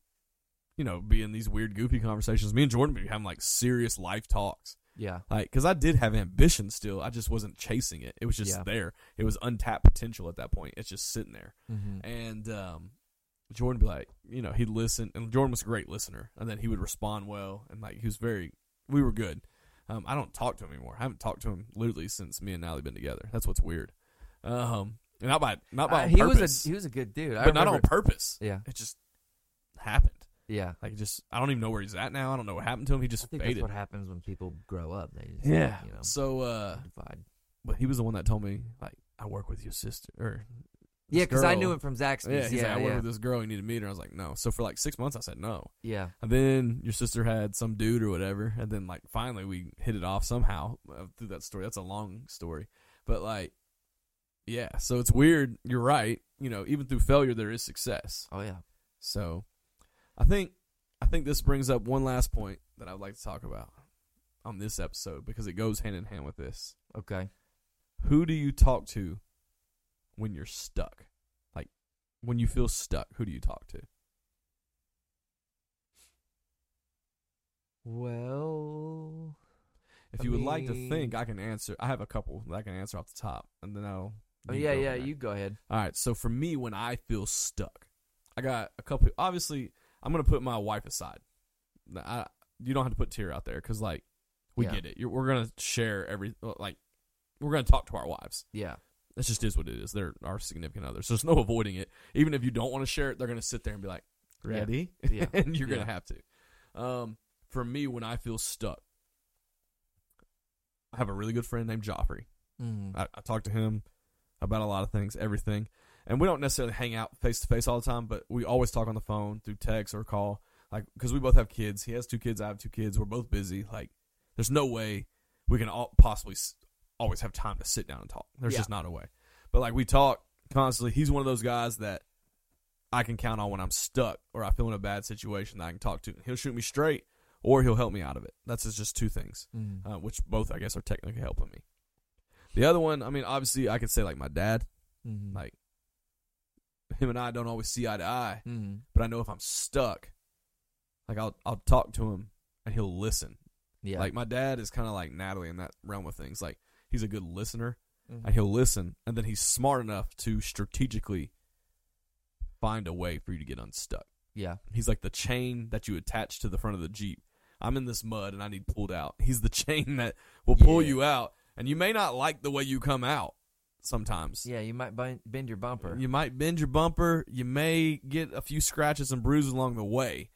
S2: you know, be in these weird goofy conversations. Me and Jordan would be having like serious life talks,
S1: yeah.
S2: like because I did have ambition still, I just wasn't chasing it. It was just
S1: Yeah.
S2: there. It was untapped potential at that point. It's just sitting there
S1: hmm
S2: and um, Jordan be like, you know, he'd listen, and Jordan was a great listener, and then he would respond well, and like he was very, we were good. Um, I don't talk to him anymore. I haven't talked to him literally since me and Natalie been together. That's what's weird. Um, and not by not by
S1: Uh,
S2: on
S1: he
S2: purpose,
S1: was a he was a good dude. I
S2: but not on
S1: remember-
S2: purpose.
S1: Yeah.
S2: It just happened.
S1: Yeah.
S2: Like just, I don't even know where he's at now. I don't know what happened to him. He
S1: I
S2: just
S1: think that's
S2: faded.
S1: what happens when people grow up. They just,
S2: Yeah.
S1: you know,
S2: So, uh,
S1: divide.
S2: but he was the one that told me like, I work with your sister or. this
S1: Yeah, because I knew
S2: girl.
S1: him from Zaxby's.
S2: Yeah,
S1: Yeah,
S2: he's
S1: yeah,
S2: like, I work
S1: yeah.
S2: with this girl. You need to meet her. I was like, no. So for like six months, I said no. And then your sister had some dude or whatever, and then like finally we hit it off somehow uh, through that story. That's a long story, but like, yeah. So it's weird. You're right. You know, even through failure, there is success.
S1: Oh yeah.
S2: So, I think I think this brings up one last point that I'd like to talk about on this episode because it goes hand in hand with this.
S1: Okay.
S2: Who do you talk to when you're stuck? Like when you feel stuck, who do you talk to?
S1: Well,
S2: If
S1: I
S2: you would like to
S1: mean-
S2: think, I can answer. I have a couple that I can answer off the top, and then I'll.
S1: oh,
S2: you
S1: yeah,
S2: go
S1: yeah.
S2: from there.
S1: You go ahead.
S2: All right. So for me, when I feel stuck, I got a couple. Obviously, I'm gonna put my wife aside. Nah, I, you don't have to put tear out there because like we
S1: Yeah.
S2: get it. You're, we're gonna share every like we're gonna talk to our wives.
S1: Yeah,
S2: That just is what it is. They're our significant others. There's no avoiding it. Even if you don't want to share it, they're gonna sit there and be like,
S1: Yeah.
S2: "Ready?"
S1: yeah.
S2: and you're
S1: Yeah.
S2: gonna have to. Um, for me, when I feel stuck, I have a really good friend named Joffrey.
S1: mm.
S2: I, I talk to him about a lot of things, everything, and we don't necessarily hang out face to face all the time, but we always talk on the phone through text or call, like because we both have kids. He has two kids, I have two kids. We're both busy. Like, there's no way we can all possibly s- always have time to sit down and talk. There's
S1: Yeah.
S2: just not a way. But like we talk constantly. He's one of those guys that I can count on when I'm stuck or I feel in a bad situation that I can talk to. He'll shoot me straight or he'll help me out of it. That's just- just two things,
S1: Mm.
S2: uh, which both I guess are technically helping me. The other one, I mean, obviously I could say like my dad,
S1: Mhm.
S2: like him and I don't always see eye to eye,
S1: Mhm.
S2: but I know if I'm stuck, like I'll I'll talk to him and he'll listen.
S1: yeah,
S2: Like my dad is kind of like Natalie in that realm of things. Like he's a good listener
S1: Mhm.
S2: and he'll listen, and then he's smart enough to strategically find a way for you to get unstuck.
S1: yeah,
S2: He's like the chain that you attach to the front of the Jeep. I'm in this mud and I need pulled out. He's the chain that will pull
S1: Yeah.
S2: you out, and you may not like the way you come out sometimes.
S1: yeah. You might bend, bend your bumper.
S2: You might bend your bumper. You may get a few scratches and bruises along the way,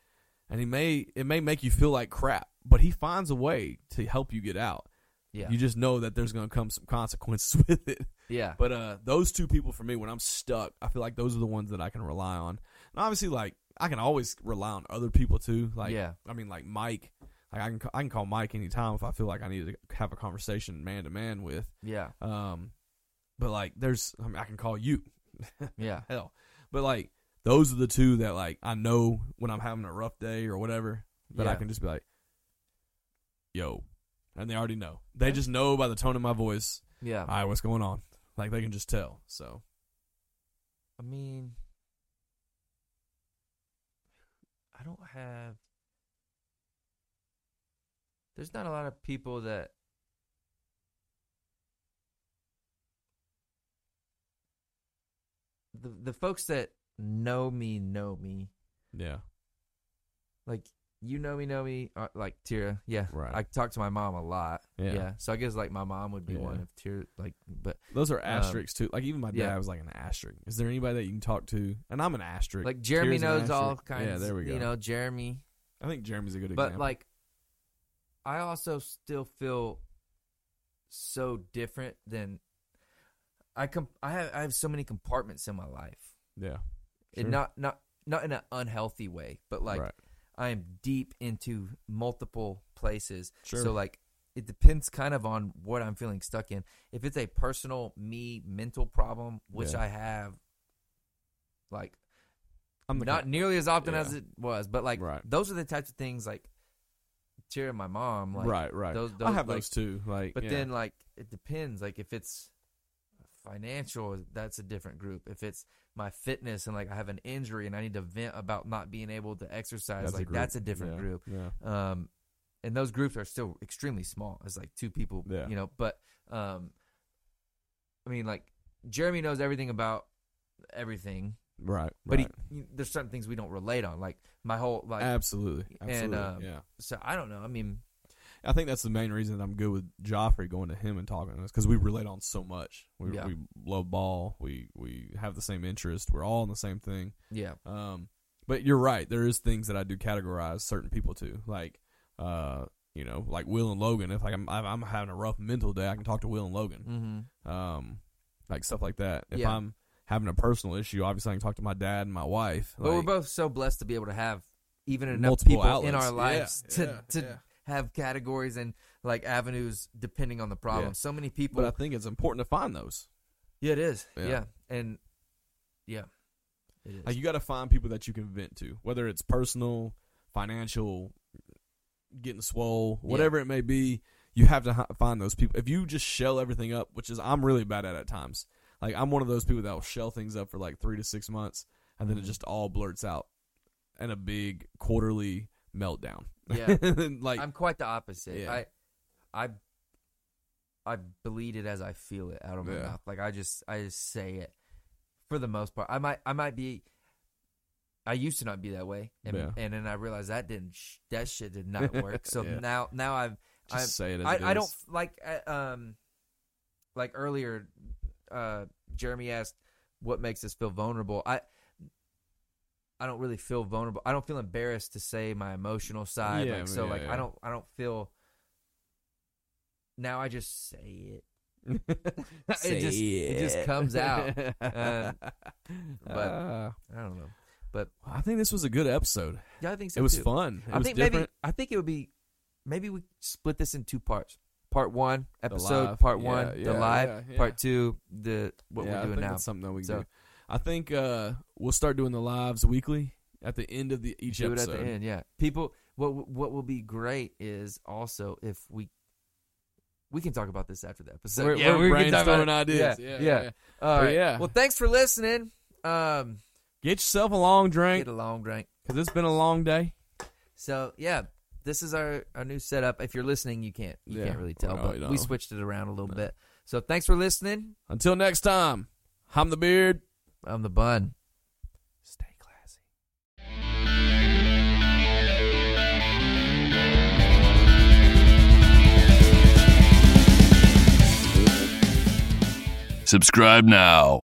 S2: and he may it may make you feel like crap. But he finds a way to help you get out.
S1: yeah,
S2: You just know that there's going to come some consequences with it.
S1: yeah,
S2: But uh, those two people for me, when I'm stuck, I feel like those are the ones that I can rely on. And obviously, like I can always rely on other people too. Like
S1: yeah,
S2: I mean, like Mike, like I can ca- I can call Mike anytime if I feel like I need to have a conversation man to man with.
S1: yeah,
S2: Um, but like there's I, mean, I can call you
S1: yeah,
S2: hell, but like those are the two that like I know when I'm having a rough day or whatever that I
S1: Yeah.
S2: can just be like, yo, and they already know. They just know by the tone of my voice.
S1: yeah.
S2: All right, what's going on? Like they can just tell. So.
S1: I mean, I don't have. There's not a lot of people that. The, the folks that know me know me
S2: Yeah.
S1: like you know me know me uh, like Tira yeah
S2: Right.
S1: I talk to my mom a lot
S2: Yeah.
S1: yeah, so I guess like my mom would be
S2: Yeah.
S1: one if Tira like but
S2: Those are asterisks too. Like even my dad
S1: Um, yeah.
S2: was like an asterisk. Is there anybody that you can talk to? And I'm an asterisk.
S1: like Jeremy
S2: Tira's an
S1: knows all
S2: asterisk.
S1: kinds
S2: Yeah, there we go.
S1: you know Jeremy
S2: I think Jeremy's a good
S1: but
S2: example.
S1: like i also still feel so different than i com- i have i have so many compartments in my life
S2: yeah,
S1: and not not not in an unhealthy way but like
S2: Right.
S1: i am deep into multiple places
S2: Sure.
S1: so like it depends kind of on what i'm feeling stuck in if it's a personal me mental problem which
S2: Yeah.
S1: i have like
S2: I'm the
S1: not
S2: kind-
S1: nearly as often
S2: yeah.
S1: as it was but like
S2: Right.
S1: those are the types of things like cheering my mom like
S2: right, right.
S1: those-
S2: I
S1: those,
S2: have
S1: like-
S2: those too. Like,
S1: But
S2: yeah.
S1: then, like, it depends. Like, if it's financial, that's a different group. If it's my fitness and like I have an injury and I need to vent about not being able to exercise, like
S2: group.
S1: that's a different
S2: Yeah,
S1: group.
S2: Yeah,
S1: Um, and those groups are still extremely small. It's like two people,
S2: Yeah.
S1: you know. But um, I mean, like Jeremy knows everything about everything,
S2: right.
S1: but
S2: right.
S1: he, there's certain things we don't relate on. Like my whole like,
S2: absolutely,
S1: and,
S2: absolutely.
S1: um,
S2: yeah,
S1: so I don't know. I mean,
S2: I think that's the main reason that I'm good with Joffrey going to him and talking to us because we relate on so much. We
S1: Yeah.
S2: we love ball. We we have the same interest. We're all in the same thing.
S1: yeah,
S2: Um, But you're right. There is things that I do categorize certain people to, like, uh, you know, like Will and Logan. If like I'm, I'm- I'm having a rough mental day, I can talk to Will and Logan,
S1: Mm-hmm.
S2: um, like stuff like that. If
S1: Yeah.
S2: I'm having a personal issue, obviously I can talk to my dad and my wife.
S1: But we're
S2: like-
S1: both so blessed to be able to have even enough
S2: Multiple
S1: people in
S2: outlets.
S1: our lives
S2: Yeah,
S1: to
S2: yeah,
S1: to
S2: yeah.
S1: have categories and like avenues depending on the problem.
S2: Yeah.
S1: So many
S2: but
S1: people.
S2: I think it's important to find those.
S1: yeah, it is.
S2: Yeah.
S1: Yeah, and yeah, it is.
S2: Like you got to find people that you can vent to, whether it's personal, financial, getting swole,
S1: Yeah.
S2: whatever it may be. You have to hi- find those people. If you just shell everything up, which is I'm really bad at at times. Like I'm one of those people that will shell things up for like three to six months, and then
S1: Mhm.
S2: it just all blurts out in a big quarterly meltdown.
S1: Yeah.
S2: And, like
S1: I'm quite the opposite.
S2: Yeah.
S1: I, I, I bleed it as I feel it out of my
S2: Yeah.
S1: mouth. Like I just, I just say it. For the most part, I might, I might be. I used to not be that way, and
S2: Yeah.
S1: and then I realized that didn't, sh- that shit did not work. So
S2: Yeah.
S1: now, now I've,
S2: just say it. As it
S1: I, I
S2: is.
S1: don't f- like uh, um like earlier uh Jeremy asked what makes us feel vulnerable. I I don't really feel vulnerable. I don't feel embarrassed to say my emotional side.
S2: Yeah,
S1: like so
S2: yeah,
S1: like
S2: yeah.
S1: I don't I don't feel now I just say it.
S2: Say
S1: just- it just comes out. Uh,
S2: but
S1: but- I don't know.
S2: Uh, I think this was a good episode.
S1: Yeah, I think so
S2: It was
S1: too.
S2: fun. It
S1: I
S2: was
S1: think
S2: different.
S1: maybe I think it would be maybe we split this in two parts. Part one,
S2: The
S1: episode.
S2: live.
S1: Part
S2: Yeah,
S1: one,
S2: yeah,
S1: the live.
S2: yeah, yeah.
S1: Part two, the what
S2: Yeah,
S1: we're
S2: I
S1: doing
S2: think
S1: now.
S2: That's something that we can
S1: So-
S2: do. I think uh, we'll start doing the lives weekly at the end of the each
S1: do
S2: episode.
S1: it at the end. Yeah, people. What what will be great is also if we we can talk about this after the episode.
S2: We're,
S1: yeah,
S2: we're
S1: we can talk about
S2: brainstorming
S1: it.
S2: ideas.
S1: Yeah,
S2: Yeah,
S1: yeah.
S2: yeah.
S1: All
S2: But
S1: right.
S2: yeah.
S1: Well, thanks for listening. Um,
S2: Get yourself a long
S1: get
S2: drink
S1: a long drink.
S2: because it's been a long day.
S1: So yeah, this is our our new setup. If you're listening, you can't you
S2: Yeah.
S1: can't really tell,
S2: No,
S1: but
S2: you don't.
S1: we switched it around a little bit. So thanks for listening.
S2: Until next time, I'm the beard.
S1: I'm the bun.
S2: Stay classy.
S3: Subscribe now.